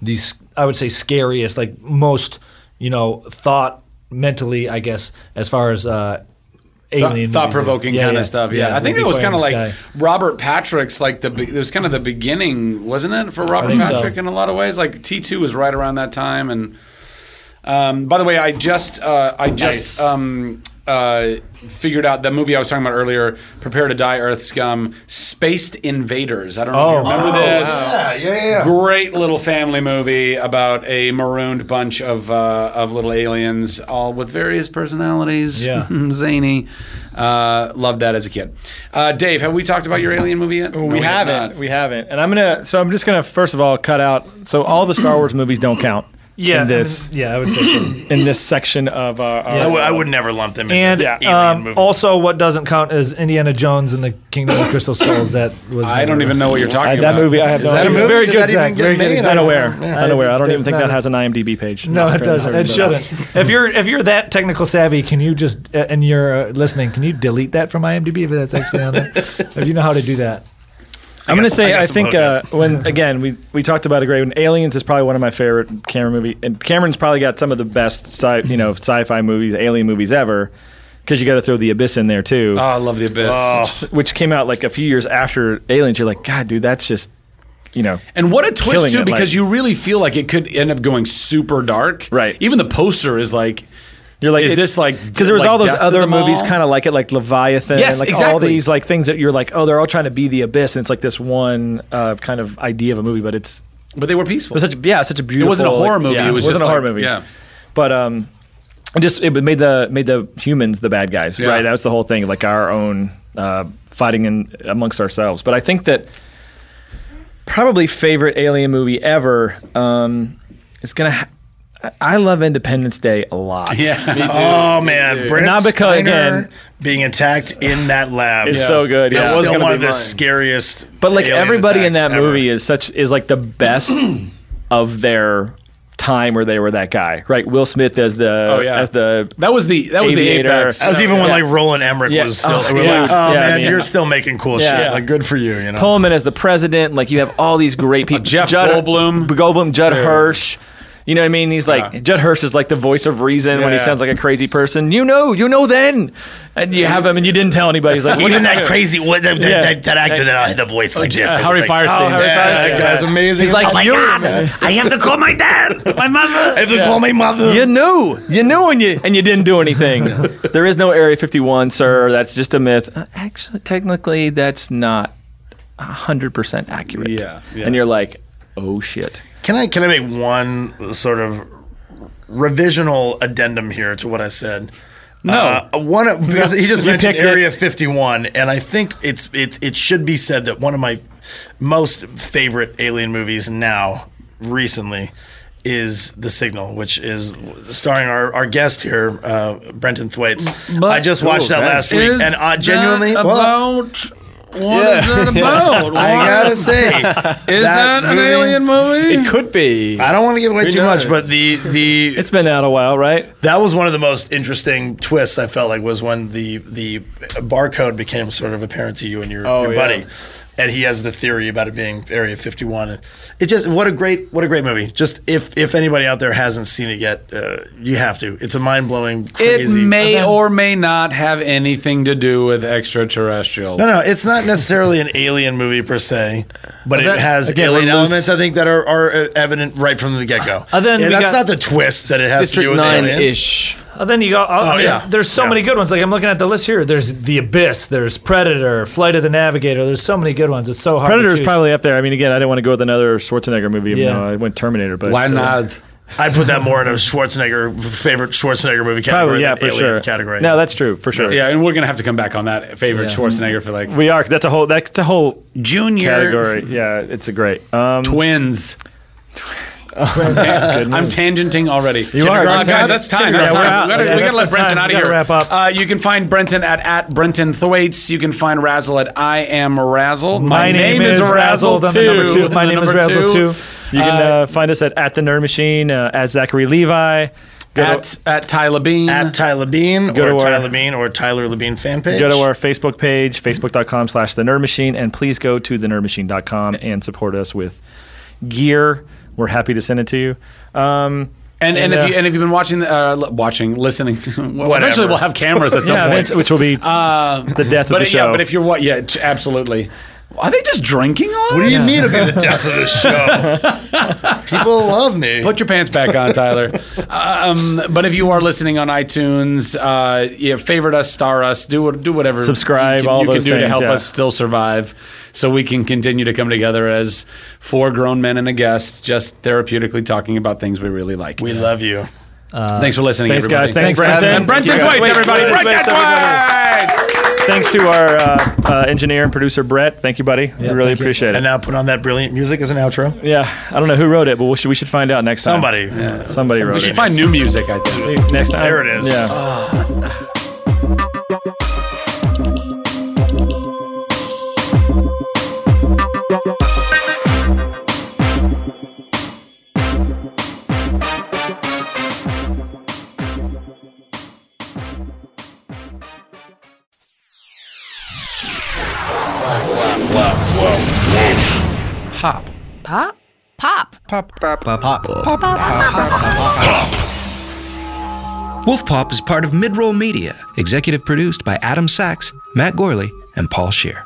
Speaker 7: these I would say scariest, like most you know thought mentally, I guess, as far as uh, alien movies.
Speaker 4: thought provoking
Speaker 7: Yeah,
Speaker 4: kind
Speaker 7: yeah,
Speaker 4: of stuff. Yeah, I
Speaker 7: the
Speaker 4: think
Speaker 7: Big
Speaker 4: it was
Speaker 7: Fire in
Speaker 4: kind of
Speaker 7: the
Speaker 4: like
Speaker 7: Sky.
Speaker 4: Robert Patrick's. Like the be- it was kind of the beginning, wasn't it, for Robert
Speaker 7: think so.
Speaker 4: Patrick in a lot of ways? Like T two was right around that time. And um, by the way, I just uh, I just
Speaker 5: Nice.
Speaker 4: um, uh, figured out the movie I was talking about earlier, Prepare to Die, Earth Scum, Spaced Invaders. I don't know if you
Speaker 7: Oh.
Speaker 4: remember this.
Speaker 6: yeah, yeah.
Speaker 4: Great little family movie about a marooned bunch of uh, of little aliens, all with various personalities.
Speaker 7: Yeah.
Speaker 4: zany. Uh, loved that as a kid. Uh, Dave, have we talked about your alien movie yet? No,
Speaker 5: we,
Speaker 4: have
Speaker 5: haven't.
Speaker 4: not.
Speaker 5: We haven't. And I'm gonna. So I'm just gonna first of all cut out. So all the Star Wars movies don't count.
Speaker 7: yeah,
Speaker 5: In this
Speaker 7: I mean, yeah, I would say so.
Speaker 5: in this section of our. our
Speaker 6: I, w- I would never lump them.
Speaker 7: And
Speaker 6: into alien
Speaker 7: um,
Speaker 6: movie.
Speaker 7: also, what doesn't count is Indiana Jones and the Kingdom of Crystal Skulls. That was
Speaker 4: I don't
Speaker 7: never-
Speaker 4: even know what you're
Speaker 5: I-
Speaker 4: talking
Speaker 5: that
Speaker 4: about.
Speaker 5: movie, I have no
Speaker 4: that a
Speaker 5: idea.
Speaker 4: movie?
Speaker 5: Very
Speaker 6: Did
Speaker 5: good,
Speaker 6: that
Speaker 5: Zach.
Speaker 6: even get
Speaker 5: Very good.
Speaker 6: made?
Speaker 5: It's
Speaker 6: I don't
Speaker 5: unaware.
Speaker 6: know. Yeah.
Speaker 5: Unaware. I don't
Speaker 7: That's
Speaker 5: even think
Speaker 7: not
Speaker 5: that
Speaker 7: a-
Speaker 5: has an IMDb page.
Speaker 7: No,
Speaker 5: Fair
Speaker 7: it doesn't.
Speaker 5: enough.
Speaker 7: It shouldn't. if you're if you're that technical savvy, can you just uh, and you're uh, listening, can you delete that from IMDb if that's actually on there? if you know how to do that.
Speaker 5: I'm gonna
Speaker 6: got some- I
Speaker 5: say
Speaker 6: got
Speaker 5: I,
Speaker 6: some
Speaker 5: think uh,
Speaker 6: hookup.
Speaker 5: when again we we talked about a great one. Aliens is probably one of my favorite camera movie, and Cameron's probably got some of the best sci you know sci-fi movies, alien movies ever, because you got to throw the abyss in there too,
Speaker 4: Oh, I love the abyss.
Speaker 5: s- which came out like a few years after Aliens. You're like, God, dude, that's just you know
Speaker 4: And what a twist
Speaker 5: Killing
Speaker 4: too,
Speaker 5: it,
Speaker 4: because
Speaker 5: like-
Speaker 4: you really feel like it could end up going super dark.
Speaker 5: Right.
Speaker 4: Even the poster is like.
Speaker 5: You're like,
Speaker 4: Is
Speaker 5: it-
Speaker 4: this like-
Speaker 5: because there was
Speaker 4: like
Speaker 5: all those
Speaker 4: Death to
Speaker 5: other
Speaker 4: them
Speaker 5: movies
Speaker 4: all?
Speaker 5: kind of like it, like Leviathan,
Speaker 4: Yes,
Speaker 5: and like all
Speaker 4: exactly.
Speaker 5: these like things that you're like, oh, they're all trying to be the abyss, and it's like this one uh, kind of idea of a movie, but it's
Speaker 4: But they were peaceful.
Speaker 5: it was such a, yeah, such a beautiful.
Speaker 4: wasn't a horror
Speaker 5: like,
Speaker 4: movie,
Speaker 5: yeah,
Speaker 4: it was
Speaker 5: wasn't
Speaker 4: just
Speaker 5: a horror
Speaker 4: like-
Speaker 5: movie.
Speaker 4: yeah.
Speaker 5: but um, it just it made the made the humans the bad guys,
Speaker 4: Yeah.
Speaker 5: right? That was the whole thing, like our own uh, fighting in amongst ourselves. But I think that probably favorite alien movie ever. Um, it's gonna. Ha- I- I love Independence Day a lot.
Speaker 4: yeah.
Speaker 6: oh man, Brent
Speaker 5: Not because,
Speaker 6: Spiner
Speaker 5: again-
Speaker 6: being attacked in that lab.
Speaker 5: It's so good.
Speaker 6: That
Speaker 5: Yeah.
Speaker 6: was
Speaker 8: gonna
Speaker 6: one
Speaker 8: be
Speaker 6: of the
Speaker 8: mine.
Speaker 6: scariest.
Speaker 5: But like
Speaker 6: alien
Speaker 5: everybody in
Speaker 6: attacks
Speaker 5: that
Speaker 6: ever.
Speaker 5: movie is such is like the best of their time where they were that guy, right? Will Smith as the
Speaker 4: Oh, yeah.
Speaker 5: as the
Speaker 4: that was the that was the
Speaker 5: Aviator.
Speaker 4: apex.
Speaker 5: That
Speaker 6: That was even when
Speaker 5: Yeah.
Speaker 6: like Roland Emmerich
Speaker 5: Yeah.
Speaker 6: was still.
Speaker 5: Oh,
Speaker 6: we're
Speaker 5: yeah.
Speaker 6: like, oh
Speaker 5: Yeah, I
Speaker 6: man,
Speaker 5: mean-
Speaker 6: you're still making cool
Speaker 5: Yeah.
Speaker 6: shit. Like good for you, you know.
Speaker 5: Pullman as the president. Like you have all these great people.
Speaker 4: Jeff Goldblum.
Speaker 5: Goldblum, Judd Hirsch. You know what I mean? He's like
Speaker 4: Yeah.
Speaker 5: Judd Hirsch is like the voice of reason when he
Speaker 4: Yeah.
Speaker 5: sounds like a crazy person. You know, you know then, and you have him, and you didn't tell anybody. He's like, what
Speaker 6: even
Speaker 5: is-
Speaker 6: that crazy what, that, that,
Speaker 5: Yeah.
Speaker 6: that, that actor that I had the voice like this. that
Speaker 4: Harry
Speaker 6: was like,
Speaker 4: Firestein.
Speaker 5: Oh, Harry
Speaker 6: Yeah,
Speaker 5: Firestein.
Speaker 6: that guy's amazing.
Speaker 5: He's
Speaker 4: Oh
Speaker 5: like, you,
Speaker 6: I have to call my dad, my mother. I have to call my mother.
Speaker 5: you knew, you knew, and you and you didn't do anything. there is no Area 51, sir. That's just a myth. Uh, Actually, technically, that's not hundred percent accurate.
Speaker 4: Yeah, yeah.
Speaker 5: and you're like, oh shit.
Speaker 6: Can I can I make one sort of revisional addendum here to what I said? No, uh, one of- because he just mentioned
Speaker 5: picked it.
Speaker 6: Area 51, and I think it's it's it should be said that one of my most favorite alien movies now recently is The Signal, which is starring our, our guest here, uh, Brenton Thwaites. I just watched that last week, and I genuinely,
Speaker 4: that
Speaker 6: well,
Speaker 4: about what is that about?
Speaker 6: I
Speaker 4: What?
Speaker 6: gotta say,
Speaker 4: is that, an
Speaker 6: movie-
Speaker 4: alien movie?
Speaker 8: It could be.
Speaker 6: I don't want to give away
Speaker 8: Who
Speaker 6: too much,
Speaker 8: knows?
Speaker 6: but the the
Speaker 5: It's been out a while, right?
Speaker 6: that was one of the most interesting twists I felt like was when the the barcode became sort of apparent to you and your,
Speaker 8: Oh,
Speaker 6: your
Speaker 8: yeah.
Speaker 6: buddy, and he has the theory about it being Area 51. It just what a great what a great movie. Just if if anybody out there hasn't seen it yet, uh, you have to. It's a mind blowing
Speaker 4: It
Speaker 6: crazy.
Speaker 4: may or may not have anything to do with extraterrestrial.
Speaker 6: no, no, it's not necessarily an alien movie per se, but it
Speaker 7: then-
Speaker 6: has
Speaker 7: again,
Speaker 6: alien
Speaker 7: we're loose.
Speaker 6: elements. I think that are, are uh, evident right from the get go.
Speaker 7: And then we
Speaker 6: that's
Speaker 7: got-
Speaker 6: not the twist that it has to
Speaker 8: District
Speaker 6: do with
Speaker 8: Nine
Speaker 6: aliens.
Speaker 8: ish.
Speaker 7: Uh, then you go. Oh,
Speaker 6: Oh, yeah.
Speaker 7: There's so
Speaker 6: Yeah.
Speaker 7: many good ones. Like I'm looking at the list here. There's The Abyss. There's Predator. Flight of the Navigator. There's so many good ones. It's so hard.
Speaker 5: Predator's
Speaker 7: to choose.
Speaker 5: probably up there. I mean, again, I didn't want to go with another Schwarzenegger movie. Even
Speaker 7: Yeah.
Speaker 5: though I went Terminator, but
Speaker 4: Why
Speaker 5: uh,
Speaker 4: not?
Speaker 6: I'd put that more in a Schwarzenegger favorite Schwarzenegger movie category
Speaker 5: Probably, Oh, yeah,
Speaker 6: than
Speaker 5: for
Speaker 6: alien
Speaker 5: sure.
Speaker 6: category.
Speaker 5: No, that's true for sure.
Speaker 4: Yeah, and we're gonna have to come back on that favorite Schwarzenegger for like
Speaker 5: we are. That's a whole. That's a whole
Speaker 4: junior
Speaker 5: category. Yeah, it's a great. Um,
Speaker 4: twins. I'm tangenting already. You
Speaker 5: are.
Speaker 4: uh, guys.
Speaker 5: Kindergarten.
Speaker 4: That's time. That's
Speaker 5: Yeah, we're
Speaker 4: time.
Speaker 5: out.
Speaker 4: We gotta,
Speaker 5: Yeah,
Speaker 4: we
Speaker 5: that's
Speaker 4: gotta let
Speaker 5: the
Speaker 4: Brenton
Speaker 5: time.
Speaker 4: out
Speaker 5: We
Speaker 4: of here.
Speaker 5: gotta wrap up.
Speaker 4: Uh, you can find Brenton at at Brenton Thwaites. You can find Razzle at I am Razzle.
Speaker 7: My name is Razzle. Then the number two. My
Speaker 4: The
Speaker 7: name is
Speaker 4: number
Speaker 7: Razzle
Speaker 4: two.
Speaker 7: too.
Speaker 5: You can uh, find us at at the Nerd Machine uh, as Zachary Levi. Go to,
Speaker 4: At at Ty Labine.
Speaker 6: At Tyler Bean
Speaker 5: to
Speaker 6: or
Speaker 5: our-
Speaker 6: Tyler Bean or Tyler Labine fan page.
Speaker 5: go to our Facebook page, facebook.com slash the Nerd Machine, and please go to the nerdmachine.com and support us with gear. We're happy to send it to you. Um,
Speaker 4: and and,
Speaker 5: and,
Speaker 4: if
Speaker 5: uh,
Speaker 4: you and if you've been watching the- uh, li- watching listening, well,
Speaker 6: Whatever.
Speaker 4: eventually we'll have cameras at some
Speaker 5: yeah,
Speaker 4: point.
Speaker 5: which- which will be
Speaker 4: Uh,
Speaker 5: the death
Speaker 4: but
Speaker 5: of the show.
Speaker 4: yeah, but if you're what? Yeah, t- absolutely. Are they just drinking a lot?
Speaker 6: what do you mean about the death of the show? People love me.
Speaker 4: Put your pants back on, Tyler. um, but if you are listening on iTunes, uh, yeah, favorite us, star us, do what- do whatever.
Speaker 5: Subscribe,
Speaker 4: You can,
Speaker 5: all
Speaker 4: you
Speaker 5: those
Speaker 4: can do to
Speaker 5: things,
Speaker 4: help
Speaker 5: yeah.
Speaker 4: us still survive, so we can continue to come together as four grown men and a guest, just therapeutically talking about things we really like.
Speaker 6: we love you.
Speaker 4: thanks for listenning,
Speaker 5: Thanks,
Speaker 4: everybody.
Speaker 5: guys. Thanks, Brenton.
Speaker 4: And Brenton
Speaker 5: Thank you, guys.
Speaker 4: Twice, everybody.
Speaker 5: Wait,
Speaker 4: Brenton
Speaker 5: Thanks,
Speaker 4: Twice.
Speaker 5: Thanks to our uh, uh, engineer and producer, Brett. Thank you, buddy. we really
Speaker 7: thank you.
Speaker 5: appreciate it.
Speaker 6: And now put on that brilliant music as an outro.
Speaker 5: Yeah, I don't know who wrote it, but we should, we should find out next time.
Speaker 6: Somebody.
Speaker 5: Somebody wrote
Speaker 4: We should
Speaker 5: it.
Speaker 4: find new music. I think.
Speaker 5: next time.
Speaker 6: There it is.
Speaker 5: Yeah.
Speaker 1: Pop? Pop.
Speaker 9: Wolf Pop is part of Midroll Media, executive produced by Adam Sachs, Matt Gorley, and Paul Shear.